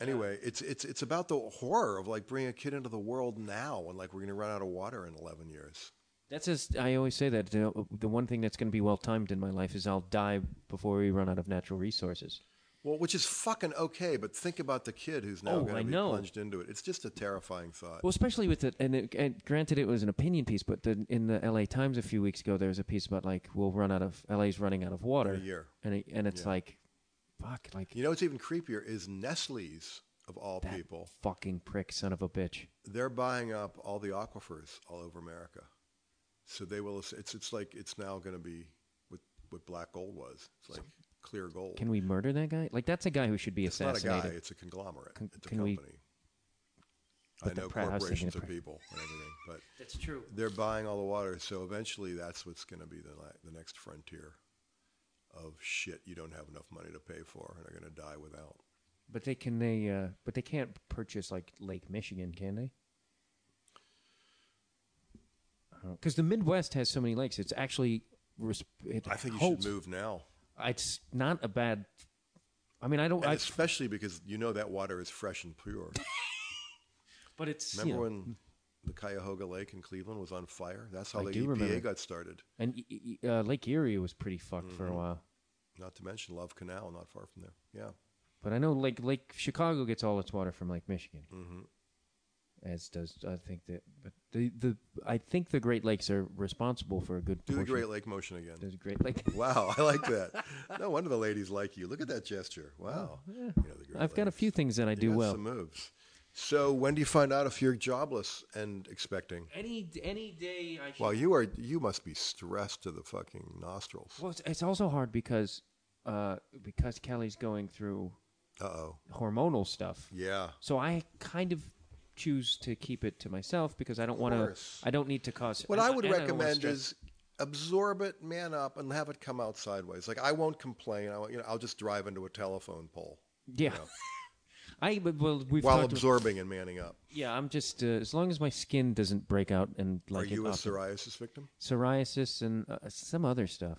Speaker 5: Anyway, it's it's it's about the horror of like bringing a kid into the world now, and like we're gonna run out of water in eleven years.
Speaker 4: That's as I always say that uh, the one thing that's going to be well timed in my life is I'll die before we run out of natural resources.
Speaker 5: Well, which is fucking okay, but think about the kid who's now
Speaker 4: Oh,
Speaker 5: going
Speaker 4: I
Speaker 5: to be
Speaker 4: know.
Speaker 5: plunged into it. It's just a terrifying thought.
Speaker 4: Well, especially with the and, it, and granted it was an opinion piece, but the, in the L.A. Times a few weeks ago there was a piece about like we'll run out of L.A.'s running out of water
Speaker 5: In a year.
Speaker 4: and it, and it's
Speaker 5: Yeah.
Speaker 4: like, fuck, like
Speaker 5: you know what's even creepier is Nestle's, of all
Speaker 4: that
Speaker 5: people,
Speaker 4: fucking prick, son of a bitch.
Speaker 5: they're buying up all the aquifers all over America. So they will, it's, it's like, it's now going to be what, what black gold was. It's like clear gold.
Speaker 4: Can we murder that guy? Like that's a guy who should be
Speaker 5: it's not a
Speaker 4: assassinated.
Speaker 5: guy, it's a conglomerate.
Speaker 4: Can-
Speaker 5: it's a
Speaker 4: can we-
Speaker 5: company. I
Speaker 4: But the
Speaker 5: know
Speaker 4: pra- I was thinking
Speaker 5: corporations
Speaker 4: the
Speaker 5: are
Speaker 4: pra-
Speaker 5: people and everything, but
Speaker 4: That's true.
Speaker 5: they're buying all the water, so eventually that's what's going to be the la- the next frontier of shit you don't have enough money to pay for and are going to die without.
Speaker 4: But they can they uh, but they can't purchase like Lake Michigan, can they? Because the Midwest has so many lakes, it's actually. res- It
Speaker 5: I think you
Speaker 4: holds-
Speaker 5: should move now,
Speaker 4: It's not a bad. I mean, I don't.
Speaker 5: and
Speaker 4: I,
Speaker 5: especially because you know that water is fresh
Speaker 4: (laughs)
Speaker 5: and pure.
Speaker 4: but it's you
Speaker 5: Remember
Speaker 4: know,
Speaker 5: when the Cuyahoga Lake in Cleveland was on fire? That's how
Speaker 4: I
Speaker 5: the
Speaker 4: do
Speaker 5: EPA
Speaker 4: remember.
Speaker 5: got started.
Speaker 4: and e- e- uh, Lake Erie was pretty fucked for
Speaker 5: Mm-hmm.
Speaker 4: a while.
Speaker 5: Not to mention Love Canal, not far from there. Yeah,
Speaker 4: But I know Lake Lake Chicago gets all its water from Lake Michigan,
Speaker 5: Mm-hmm.
Speaker 4: as does I think that. But the the I think the Great Lakes are responsible for a good.
Speaker 5: do the
Speaker 4: portion-
Speaker 5: Great Lake motion again.
Speaker 4: There's a Great Lake.
Speaker 5: (laughs) Wow, I like that. No wonder the ladies like you. Look at that gesture. Wow, You know, the Great
Speaker 4: Oh, I've got a
Speaker 5: Lakes.
Speaker 4: few things that I do
Speaker 5: you got
Speaker 4: well.
Speaker 5: Some moves. So when do you find out if you're jobless and expecting?
Speaker 4: Any any day I should.
Speaker 5: Well, you are. You must be stressed to the fucking nostrils.
Speaker 4: Well, it's, it's also hard because uh, because Kelly's going through
Speaker 5: Uh oh.
Speaker 4: hormonal stuff.
Speaker 5: Yeah.
Speaker 4: So I kind of choose to keep it to myself because I don't want to.
Speaker 5: course.
Speaker 4: I don't need to cause.
Speaker 5: What
Speaker 4: and
Speaker 5: I would
Speaker 4: and don't wanna
Speaker 5: recommend
Speaker 4: stress-
Speaker 5: is absorb it, man up, and have it come out sideways. Like I won't complain. I won't- you know I'll just drive into a telephone pole
Speaker 4: yeah. (laughs) I but- well we've
Speaker 5: while
Speaker 4: talked-
Speaker 5: absorbing and manning up.
Speaker 4: yeah I'm just uh, as long as my skin doesn't break out and
Speaker 5: Are
Speaker 4: like it
Speaker 5: you a
Speaker 4: up.
Speaker 5: psoriasis victim?
Speaker 4: psoriasis and uh, some other stuff.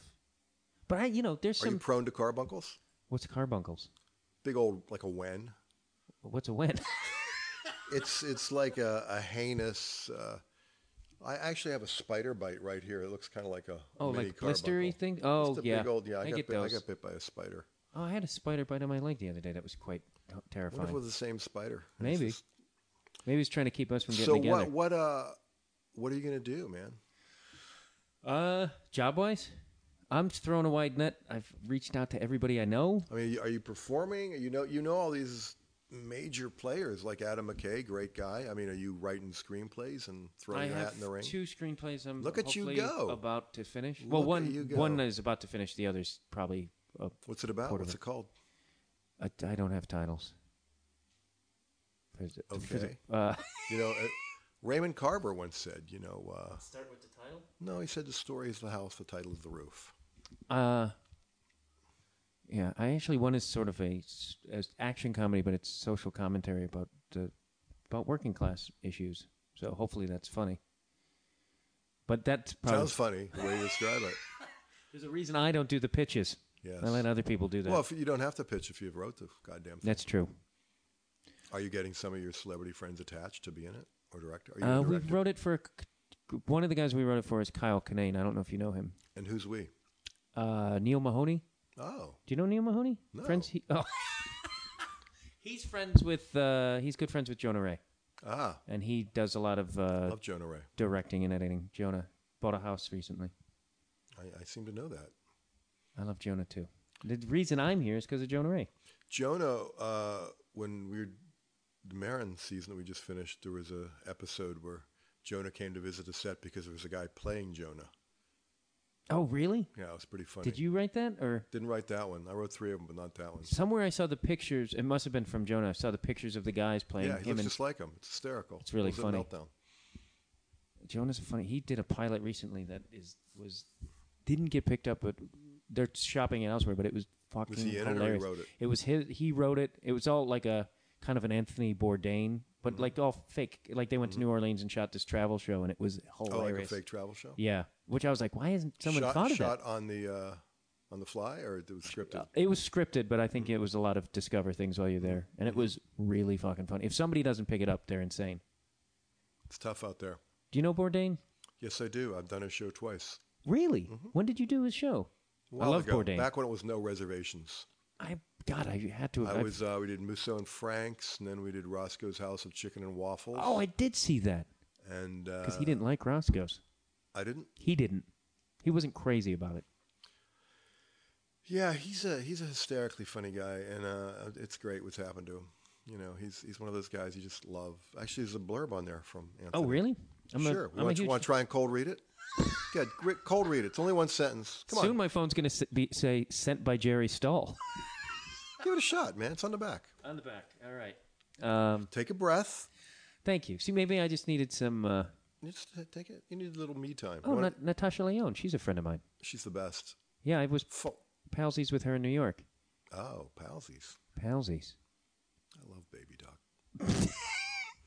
Speaker 4: But I you know there's
Speaker 5: Are you
Speaker 4: some
Speaker 5: prone to carbuncles?
Speaker 4: what's carbuncles?
Speaker 5: Big old like a wen.
Speaker 4: What's a when?
Speaker 5: It's it's like a, a heinous. Uh, I actually have a spider bite right here. It looks kind of like a
Speaker 4: Oh,
Speaker 5: mini
Speaker 4: like blistery
Speaker 5: carbuncle.
Speaker 4: thing? Oh,
Speaker 5: Just a
Speaker 4: yeah.
Speaker 5: Big old, yeah. I,
Speaker 4: I
Speaker 5: got
Speaker 4: get
Speaker 5: bit, I
Speaker 4: those.
Speaker 5: got bit by a spider.
Speaker 4: (laughs) Oh, I had a spider bite on my leg the other day. That was quite t-
Speaker 5: I wonder if
Speaker 4: terrifying.
Speaker 5: it was the same spider. It's
Speaker 4: Maybe.
Speaker 5: just-
Speaker 4: Maybe he's trying to keep us from getting
Speaker 5: So
Speaker 4: together.
Speaker 5: what what uh what are you gonna do, man?
Speaker 4: Uh, job wise, I'm throwing a wide net. I've reached out to everybody I know.
Speaker 5: I mean, are you performing? You know, you know all these major players like Adam McKay, great guy. I mean, are you writing screenplays and throwing
Speaker 4: I
Speaker 5: your
Speaker 4: have
Speaker 5: hat in the ring?
Speaker 4: two screenplays. I'm
Speaker 5: Look at you
Speaker 4: hopefully
Speaker 5: go.
Speaker 4: About to finish. well,
Speaker 5: Look at
Speaker 4: one
Speaker 5: you go.
Speaker 4: one is about to finish. The other's probably. Uh,
Speaker 5: What's it about?
Speaker 4: Quarter
Speaker 5: What's
Speaker 4: of
Speaker 5: it called?
Speaker 4: I, I don't have titles. There's- there's a-
Speaker 5: Okay.
Speaker 4: Uh,
Speaker 5: You know, uh, Raymond Carver once said, you know, uh,
Speaker 4: Start with the title.
Speaker 5: no, he said the story is the house, the title is the roof.
Speaker 4: Uh, yeah, I actually one is sort of a, s- a action comedy, but it's social commentary about uh, about working class issues. So hopefully that's funny. But Oh, that's probably
Speaker 5: Sounds funny the way you describe
Speaker 4: (laughs)
Speaker 5: it.
Speaker 4: there's a reason I don't do the pitches.
Speaker 5: Yes.
Speaker 4: I let other people do that.
Speaker 5: Well, if you don't have to pitch if you've wrote the goddamn thing.
Speaker 4: that's true.
Speaker 5: Are you getting some of your celebrity friends attached to be in it or direct? Are you
Speaker 4: Uh,
Speaker 5: a
Speaker 4: we
Speaker 5: director?
Speaker 4: wrote it for a c- one of the guys we wrote it for is Kyle Kinane. I don't know if you know him.
Speaker 5: and who's we?
Speaker 4: Uh, Neil Mahoney.
Speaker 5: Oh,
Speaker 4: Do you know Neil Mahoney?
Speaker 5: No.
Speaker 4: Friends. He, oh. (laughs) he's friends with. Uh, he's good friends with Jonah Ray,
Speaker 5: ah,
Speaker 4: and he does a lot of uh,
Speaker 5: love Jonah Ray.
Speaker 4: directing and editing. Jonah bought a house recently.
Speaker 5: I, I seem to know that.
Speaker 4: I love Jonah too. The reason I'm here is because of Jonah Ray.
Speaker 5: Jonah, uh, when we were the Marin season that we just finished, there was a episode where Jonah came to visit a set because there was a guy playing Jonah.
Speaker 4: Oh, really?
Speaker 5: Yeah, it was pretty funny.
Speaker 4: Did you write that or
Speaker 5: Didn't write that one. I wrote three of them, but not that one.
Speaker 4: somewhere I saw the pictures? It must have been from Jonah. I saw the pictures of the guys playing
Speaker 5: Yeah, he
Speaker 4: him
Speaker 5: looks
Speaker 4: and
Speaker 5: just like him. It's hysterical.
Speaker 4: It's really
Speaker 5: It was a
Speaker 4: funny.
Speaker 5: meltdown.
Speaker 4: Jonah's funny. He did a pilot recently that is was didn't get picked up, but they're shopping it elsewhere. But it was fucking
Speaker 5: he in it or he
Speaker 4: hilarious.
Speaker 5: wrote it?
Speaker 4: was his. He wrote it. It was all like a kind of an Anthony Bourdain,
Speaker 5: Mm-hmm.
Speaker 4: but like all fake. Like they went to New Orleans and shot this travel show, and it was
Speaker 5: Oh, like
Speaker 4: hilarious.
Speaker 5: a fake travel show.
Speaker 4: Yeah, which I was like, why hasn't someone
Speaker 5: shot,
Speaker 4: thought of
Speaker 5: shot on the uh, on the fly, or it was scripted.
Speaker 4: that? It was scripted, but I think it was a lot of discover things while you're there, and it was really fucking funny. If somebody doesn't pick it up, they're insane.
Speaker 5: It's tough out there.
Speaker 4: Do you know Bourdain?
Speaker 5: Yes, I do. I've done his show twice.
Speaker 4: Really?
Speaker 5: Mm-hmm.
Speaker 4: When did you do his show?
Speaker 5: A
Speaker 4: I
Speaker 5: while
Speaker 4: love
Speaker 5: ago,
Speaker 4: Bourdain.
Speaker 5: Back when it was no reservations.
Speaker 4: I God, I had to.
Speaker 5: I
Speaker 4: I've-
Speaker 5: was. Uh, we did Musso and Frank's, and then we did Roscoe's House of Chicken and Waffles.
Speaker 4: Oh, I did see that
Speaker 5: and
Speaker 4: because
Speaker 5: uh,
Speaker 4: he didn't like Roscoe's.
Speaker 5: I didn't.
Speaker 4: He didn't. He wasn't crazy about it.
Speaker 5: Yeah, he's a he's a hysterically funny guy, and uh, it's great what's happened to him. You know, he's he's one of those guys you just love. Actually, there's a blurb on there from. Anthony.
Speaker 4: Oh, really? I'm
Speaker 5: sure.
Speaker 4: A, I'm a
Speaker 5: want,
Speaker 4: huge.
Speaker 5: want to try and cold read it? Good. gri- Cold read it. It's only one sentence. Come
Speaker 4: soon
Speaker 5: on,
Speaker 4: my phone's gonna s- be, say sent by Jerry Stahl. (laughs)
Speaker 5: give it a shot, man. It's on the back.
Speaker 4: On the back. All right. Um,
Speaker 5: Take a breath.
Speaker 4: thank you. See, maybe I just needed some. Uh,
Speaker 5: You Just t- take it. You need a little me time.
Speaker 4: oh,
Speaker 5: Wanna-
Speaker 4: Nat- Natasha Leone. She's a friend of mine.
Speaker 5: she's the best.
Speaker 4: Yeah, I was
Speaker 5: Fo-
Speaker 4: palsies with her in New York.
Speaker 5: Oh, palsies.
Speaker 4: Palsies.
Speaker 5: I love baby
Speaker 4: (laughs)
Speaker 5: talk.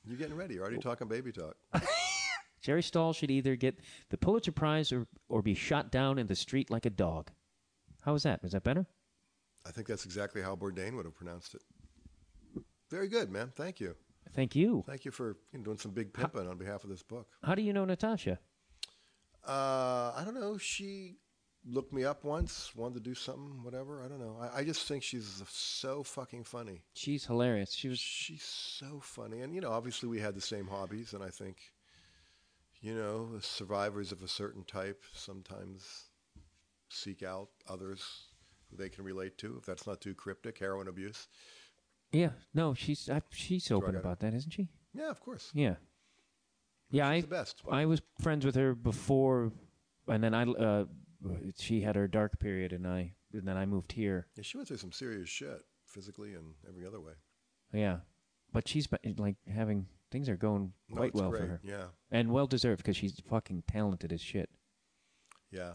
Speaker 5: You're getting ready. You're already talking baby talk.
Speaker 4: Jerry Stahl should either get the Pulitzer Prize or, or be shot down in the street like a dog. How was that? Was that better?
Speaker 5: I think that's exactly how Bourdain would have pronounced it. Very good, man. Thank you.
Speaker 4: Thank you.
Speaker 5: Thank you for you know, doing some big pimping on behalf of this book.
Speaker 4: How do you know Natasha?
Speaker 5: Uh, I don't know. She looked me up once, wanted to do something, whatever. I don't know. I, I just think she's so fucking funny.
Speaker 4: She's hilarious. She was
Speaker 5: She's so funny. And, you know, obviously we had the same hobbies. And I think, you know, the survivors of a certain type sometimes seek out others who they can relate to, if that's not too cryptic, heroin abuse.
Speaker 4: Yeah, no, she's I, she's open
Speaker 5: got it.
Speaker 4: about that, isn't she?
Speaker 5: Yeah, of course.
Speaker 4: Yeah, yeah. I
Speaker 5: the best.
Speaker 4: I was friends with her before, and then I uh, she had her dark period, and I and then I moved here.
Speaker 5: Yeah, she went through some serious shit physically and every other way.
Speaker 4: Yeah, but she's been, like having things are going
Speaker 5: No,
Speaker 4: quite
Speaker 5: it's
Speaker 4: well for
Speaker 5: great.
Speaker 4: her,
Speaker 5: Yeah,
Speaker 4: and well deserved because she's fucking talented as shit.
Speaker 5: yeah.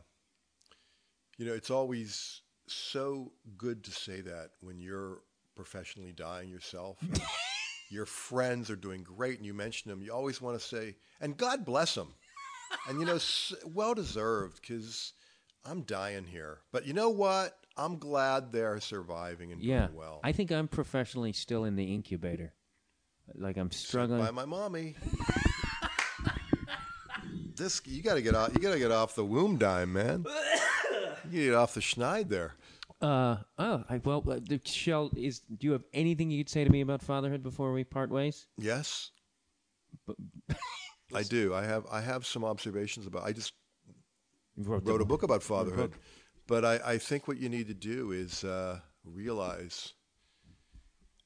Speaker 5: You know, it's always so good to say that when you're professionally dying yourself.
Speaker 4: (laughs)
Speaker 5: and Your friends are doing great, and you mention them. You always want to say, "And God bless them," and you know, s- well deserved, because I'm dying here. But you know what? I'm glad they're surviving and
Speaker 4: Yeah,
Speaker 5: doing well.
Speaker 4: I think I'm professionally still in the incubator. Like I'm struggling.
Speaker 5: by my mommy. this you got to get off. You got to get off the womb dime, man. You gotta get off the schneid there.
Speaker 4: Uh oh, I, well, uh, the shell is. Do you have anything you could say to me about fatherhood before we part ways?
Speaker 5: Yes, (laughs) I do. I have. I have some observations about. I just
Speaker 4: You
Speaker 5: wrote a book about fatherhood, but I, I think what you need to do is uh, realize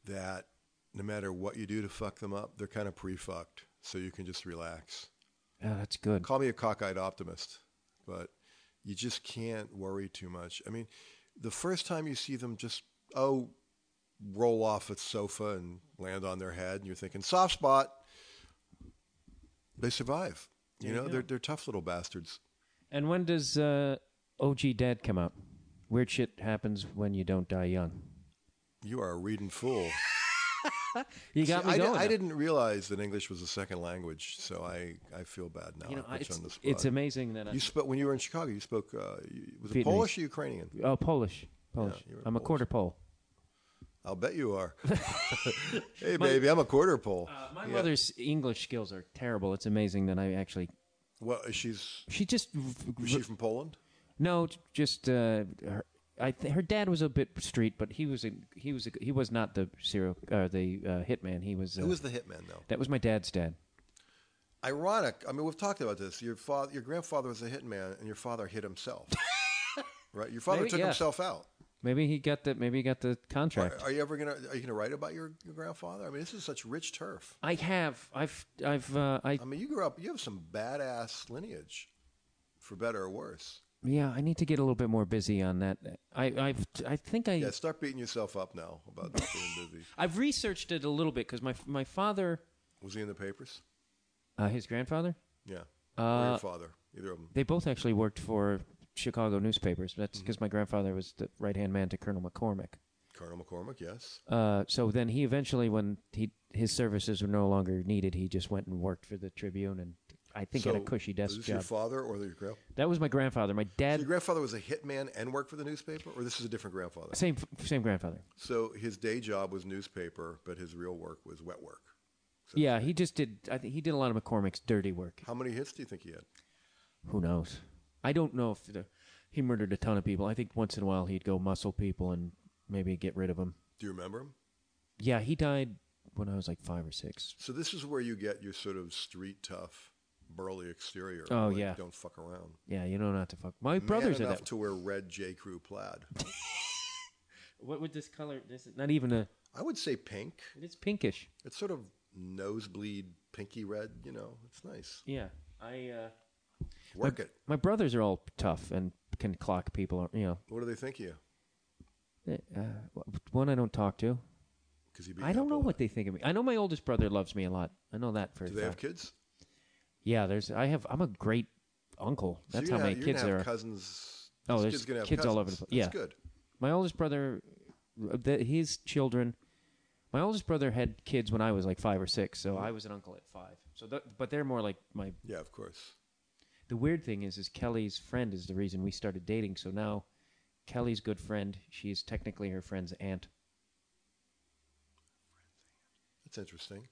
Speaker 5: that no matter what you do to fuck them up, they're kind of pre-fucked, so you can just relax.
Speaker 4: Oh, that's good.
Speaker 5: call me a cockeyed optimist, but you just can't worry too much. I mean, the first time you see them just, oh, roll off a sofa and land on their head, and you're thinking, soft spot, they survive. You know, they're, they're tough little bastards.
Speaker 4: And when does uh, OG Dad come up? Weird shit happens when you don't die young.
Speaker 5: You are a reading fool.
Speaker 4: You got
Speaker 5: See,
Speaker 4: me
Speaker 5: I, di-
Speaker 4: going.
Speaker 5: I
Speaker 4: now.
Speaker 5: didn't realize that English was a second language, so I, I feel bad now.
Speaker 4: You know,
Speaker 5: I put you
Speaker 4: it's,
Speaker 5: on the spot.
Speaker 4: it's amazing that I,
Speaker 5: You spoke when you were in Chicago. You spoke uh, you- was it
Speaker 4: Vietnamese.
Speaker 5: Polish or Ukrainian?
Speaker 4: oh Polish, Polish.
Speaker 5: Yeah, you were
Speaker 4: I'm a
Speaker 5: Polish.
Speaker 4: quarter Pole.
Speaker 5: I'll bet
Speaker 4: (laughs)
Speaker 5: you are. hey, baby, I'm a quarter pole.
Speaker 4: Uh, my
Speaker 5: Yeah.
Speaker 4: mother's English skills are terrible. It's amazing that I actually.
Speaker 5: Well, she's
Speaker 4: She just
Speaker 5: was she from Poland?
Speaker 4: No, j- just uh, her. I th- her dad was a bit street, but he was a he was a, he was not the serial uh, the uh, hitman. He was, uh,
Speaker 5: Who was the hitman though?
Speaker 4: that was my dad's dad.
Speaker 5: Ironic. I mean, we've talked about this. Your father, your grandfather was a hitman, and your father
Speaker 4: (laughs)
Speaker 5: hit himself. right? Your father
Speaker 4: Maybe,
Speaker 5: took
Speaker 4: yeah.
Speaker 5: himself out.
Speaker 4: Maybe he got the maybe he got the contract.
Speaker 5: Are you ever gonna are you gonna write about your, your grandfather? I mean, this is such rich turf.
Speaker 4: I have I've I've uh, I
Speaker 5: I mean, you grew up. You have some badass lineage, for better or worse.
Speaker 4: yeah I need to get a little bit more busy on that. I I've I think I
Speaker 5: Yeah, start beating yourself up now about not being busy.
Speaker 4: I've researched it a little bit because my my father
Speaker 5: Was he in the papers?
Speaker 4: uh, his grandfather
Speaker 5: Yeah. or your
Speaker 4: Uh,
Speaker 5: father, either of them.
Speaker 4: They both actually worked for Chicago newspapers. That's
Speaker 5: Mm-hmm.
Speaker 4: because my grandfather was the right hand man to Colonel McCormick.
Speaker 5: Colonel McCormick, yes.
Speaker 4: Uh, so then he eventually, when he his services were no longer needed, he just went and worked for the Tribune, and I think had a cushy
Speaker 5: was
Speaker 4: desk
Speaker 5: this your
Speaker 4: job.
Speaker 5: father or your grand?
Speaker 4: that was my grandfather. My dad,
Speaker 5: Your grandfather was a hitman and worked for the newspaper, or this is a different grandfather.
Speaker 4: same same grandfather.
Speaker 5: So his day job was newspaper, but his real work was wet work. So
Speaker 4: yeah, he just did. I think he did a lot of McCormick's dirty work.
Speaker 5: How many hits do you think he had?
Speaker 4: Who knows? I don't know if the, he murdered a ton of people. I think once in a while he'd go muscle people and maybe get rid of them.
Speaker 5: Do you remember him?
Speaker 4: Yeah, he died when I was like five or six.
Speaker 5: So this is where you get your sort of street tough, burly exterior.
Speaker 4: Oh,
Speaker 5: like,
Speaker 4: yeah.
Speaker 5: don't fuck around.
Speaker 4: Yeah, you know not to fuck. My
Speaker 5: Man
Speaker 4: brothers are
Speaker 5: enough
Speaker 4: that.
Speaker 5: to wear red J Crew plaid.
Speaker 4: what would this color? This is not even a.
Speaker 5: I would say pink.
Speaker 4: It's pinkish.
Speaker 5: It's sort of nosebleed pinky red. You know, it's nice.
Speaker 4: Yeah, I. uh
Speaker 5: Work it.
Speaker 4: My brothers are all tough and can clock people. You
Speaker 5: What do they think of you?
Speaker 4: know, uh, one I don't talk to.
Speaker 5: Because he beat
Speaker 4: I don't know what
Speaker 5: They,
Speaker 4: they think of me. I know my oldest brother loves me a lot. I know that for a
Speaker 5: do they have
Speaker 4: fact.
Speaker 5: kids?
Speaker 4: Yeah, there's. I have. I'm a great uncle.
Speaker 5: So
Speaker 4: That's
Speaker 5: you're
Speaker 4: how
Speaker 5: gonna
Speaker 4: my
Speaker 5: have- you're
Speaker 4: kids
Speaker 5: gonna
Speaker 4: are.
Speaker 5: have Cousins.
Speaker 4: Oh,
Speaker 5: this
Speaker 4: there's
Speaker 5: kid's gonna have
Speaker 4: kids all over
Speaker 5: cousins.
Speaker 4: the pla-
Speaker 5: That's
Speaker 4: yeah.
Speaker 5: good.
Speaker 4: my oldest brother, uh, the, his children. My oldest brother had kids when I was like five or six, so I was an uncle at five. So, th- but they're more like my
Speaker 5: Yeah, of course.
Speaker 4: the weird thing is is kelly's friend is the reason we started dating so now kelly's good friend she's technically her friend's aunt
Speaker 5: That's interesting.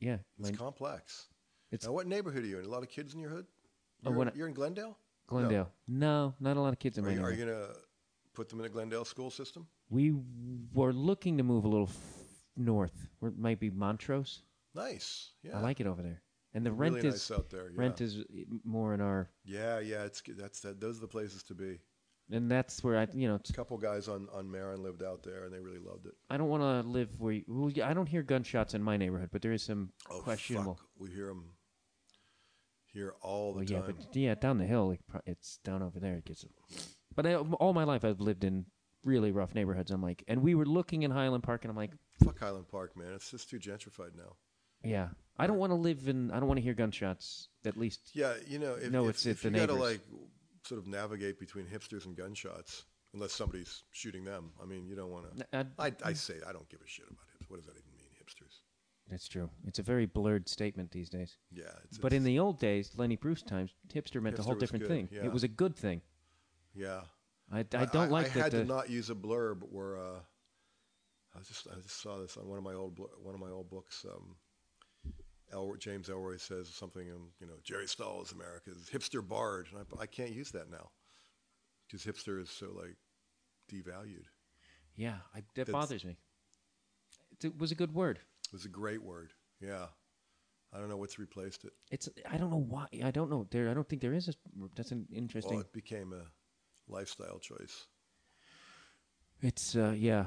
Speaker 4: yeah
Speaker 5: It's
Speaker 4: my-
Speaker 5: complex.
Speaker 4: It's-
Speaker 5: now, what neighborhood are you in? A lot of kids in your hood?
Speaker 4: Oh,
Speaker 5: You're,
Speaker 4: when I-
Speaker 5: you're in Glendale?
Speaker 4: glendale no. not a lot of kids in
Speaker 5: No. Are
Speaker 4: my
Speaker 5: you, are
Speaker 4: neighborhood.
Speaker 5: you going to put them in a Glendale school system?
Speaker 4: we were looking to move a little f- north where it might be montrose
Speaker 5: Nice. Yeah.
Speaker 4: i like it over there and the rent
Speaker 5: Really
Speaker 4: is
Speaker 5: nice out there, yeah.
Speaker 4: rent is more in our
Speaker 5: Yeah, yeah. It's good. that's that. Those are the places to be.
Speaker 4: and that's where I, you know,
Speaker 5: A couple guys on on Marin lived out there, and they really loved it.
Speaker 4: I don't want to live where. You, well, yeah, I don't hear gunshots in my neighborhood, but there is some
Speaker 5: Oh,
Speaker 4: questionable.
Speaker 5: fuck. We hear them here all the
Speaker 4: Well, yeah,
Speaker 5: time.
Speaker 4: but yeah, down the hill, like, pro- it's down over there. It gets. But I, all my life, I've lived in really rough neighborhoods. I'm like, and we were looking in Highland Park, and I'm like,
Speaker 5: Fuck Highland Park, man. It's just too gentrified now.
Speaker 4: yeah, I don't want to live in. I don't want to hear gunshots. At least,
Speaker 5: Yeah, you know, if,
Speaker 4: No,
Speaker 5: if,
Speaker 4: it's-
Speaker 5: if
Speaker 4: it's
Speaker 5: you
Speaker 4: the
Speaker 5: gotta
Speaker 4: neighbors.
Speaker 5: like sort of navigate between hipsters and gunshots, unless somebody's shooting them. I mean, you don't want to.
Speaker 4: I,
Speaker 5: I, I say I don't give a shit about hipsters. What does that even mean, hipsters?
Speaker 4: that's true. It's a very blurred statement these days.
Speaker 5: Yeah, it's,
Speaker 4: But in
Speaker 5: it's-
Speaker 4: the old days, Lenny Bruce times, hipster meant a
Speaker 5: Hipster
Speaker 4: whole
Speaker 5: was
Speaker 4: different
Speaker 5: good,
Speaker 4: thing.
Speaker 5: yeah.
Speaker 4: It was a good thing.
Speaker 5: yeah,
Speaker 4: I, I don't like
Speaker 5: I
Speaker 4: that.
Speaker 5: had
Speaker 4: the-
Speaker 5: to not use a blurb where uh, I was just I just saw this on one of my old blo- one of my old books. Um, El, James Elroy says something, um, you know, Jerry Stahl is America's hipster bard, and I, I can't use that now because hipster is so like devalued.
Speaker 4: yeah, I, that
Speaker 5: That's-
Speaker 4: bothers me. It was a good word.
Speaker 5: It was a great word. Yeah, I don't know what's replaced it.
Speaker 4: It's I don't know why. I don't know. There, I don't think there is. A, that's an interesting.
Speaker 5: Well, it became a lifestyle choice.
Speaker 4: It's uh, yeah.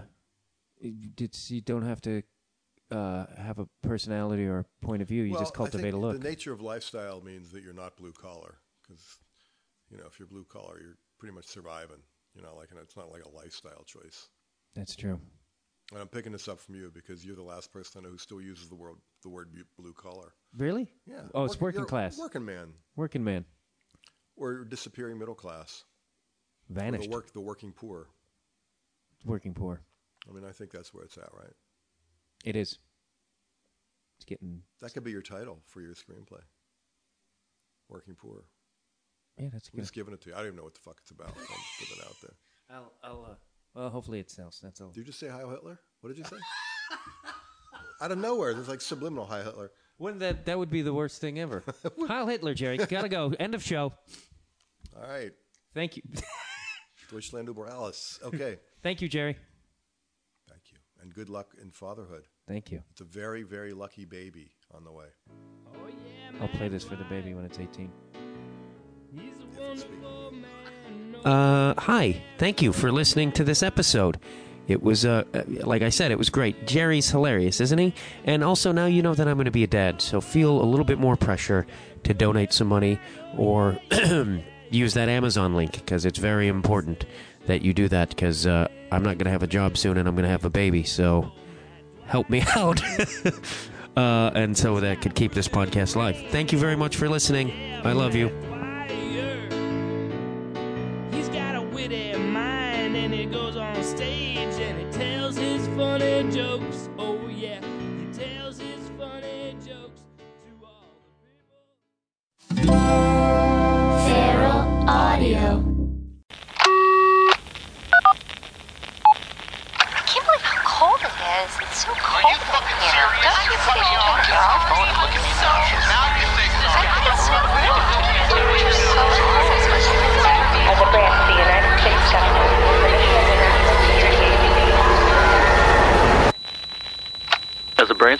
Speaker 4: It- it's you don't have to uh, have a personality or a point of view. You
Speaker 5: Well,
Speaker 4: just
Speaker 5: I think
Speaker 4: cultivate a look.
Speaker 5: The nature of lifestyle means that you're not blue collar because, you know, if you're blue collar, you're pretty much surviving. You know, like, and it's not like a lifestyle choice.
Speaker 4: that's true.
Speaker 5: And I'm picking this up from you because you're the last person I know who still uses the word the word bu- blue collar.
Speaker 4: Really?
Speaker 5: Yeah.
Speaker 4: Oh, it's
Speaker 5: Work-
Speaker 4: working
Speaker 5: you're a
Speaker 4: class,
Speaker 5: Working man
Speaker 4: working man,
Speaker 5: or disappearing middle class. Or the
Speaker 4: vanished,
Speaker 5: work the working poor.
Speaker 4: working poor.
Speaker 5: I mean, I think that's where it's at, right?
Speaker 4: It is. It's getting.
Speaker 5: That could be your title for your screenplay. Working poor.
Speaker 4: Yeah, that's
Speaker 5: I'm
Speaker 4: good.
Speaker 5: just giving it to you. I don't even know what the fuck it's about. I'm just putting it out there.
Speaker 4: I'll. I'll uh, well, hopefully it sells. That's all.
Speaker 5: Did you just say Heil Hitler? What did you say? Out of nowhere, there's like subliminal Heil Hitler.
Speaker 4: Wouldn't that that would be the worst thing (laughs) ever? Heil Hitler, Jerry. Gotta go. End of show.
Speaker 5: All right,
Speaker 4: Thank you. (laughs)
Speaker 5: Deutschland über alles. Okay,
Speaker 4: Thank you, Jerry.
Speaker 5: thank you, and good luck in fatherhood.
Speaker 4: Thank you.
Speaker 5: It's a very, very lucky baby on the way.
Speaker 4: I'll play this for the baby when it's 18.
Speaker 5: If it's speaking.
Speaker 2: Uh, hi. Thank you for listening to this episode. It was, uh, uh, like I said, it was great. Jerry's hilarious, isn't he? And also, now you know that I'm going to be a dad, so feel a little bit more pressure to donate some money or (clears throat) use that Amazon link because it's very important that you do that because uh, I'm not going to have a job soon and I'm going to have a baby, so help me (laughs) out. uh, and so that could keep this podcast live. Thank you very much for listening. I love you.
Speaker 6: He's got a witty mind and he goes on stage and he tells his funny jokes. Oh yeah, he tells his funny jokes to all the people.
Speaker 3: Feral Audio.
Speaker 7: I can't believe how cold it is. It's so cold. Are you fucking here. serious? Don't you fucking take your off? Look at me so now you think so.
Speaker 8: as a brand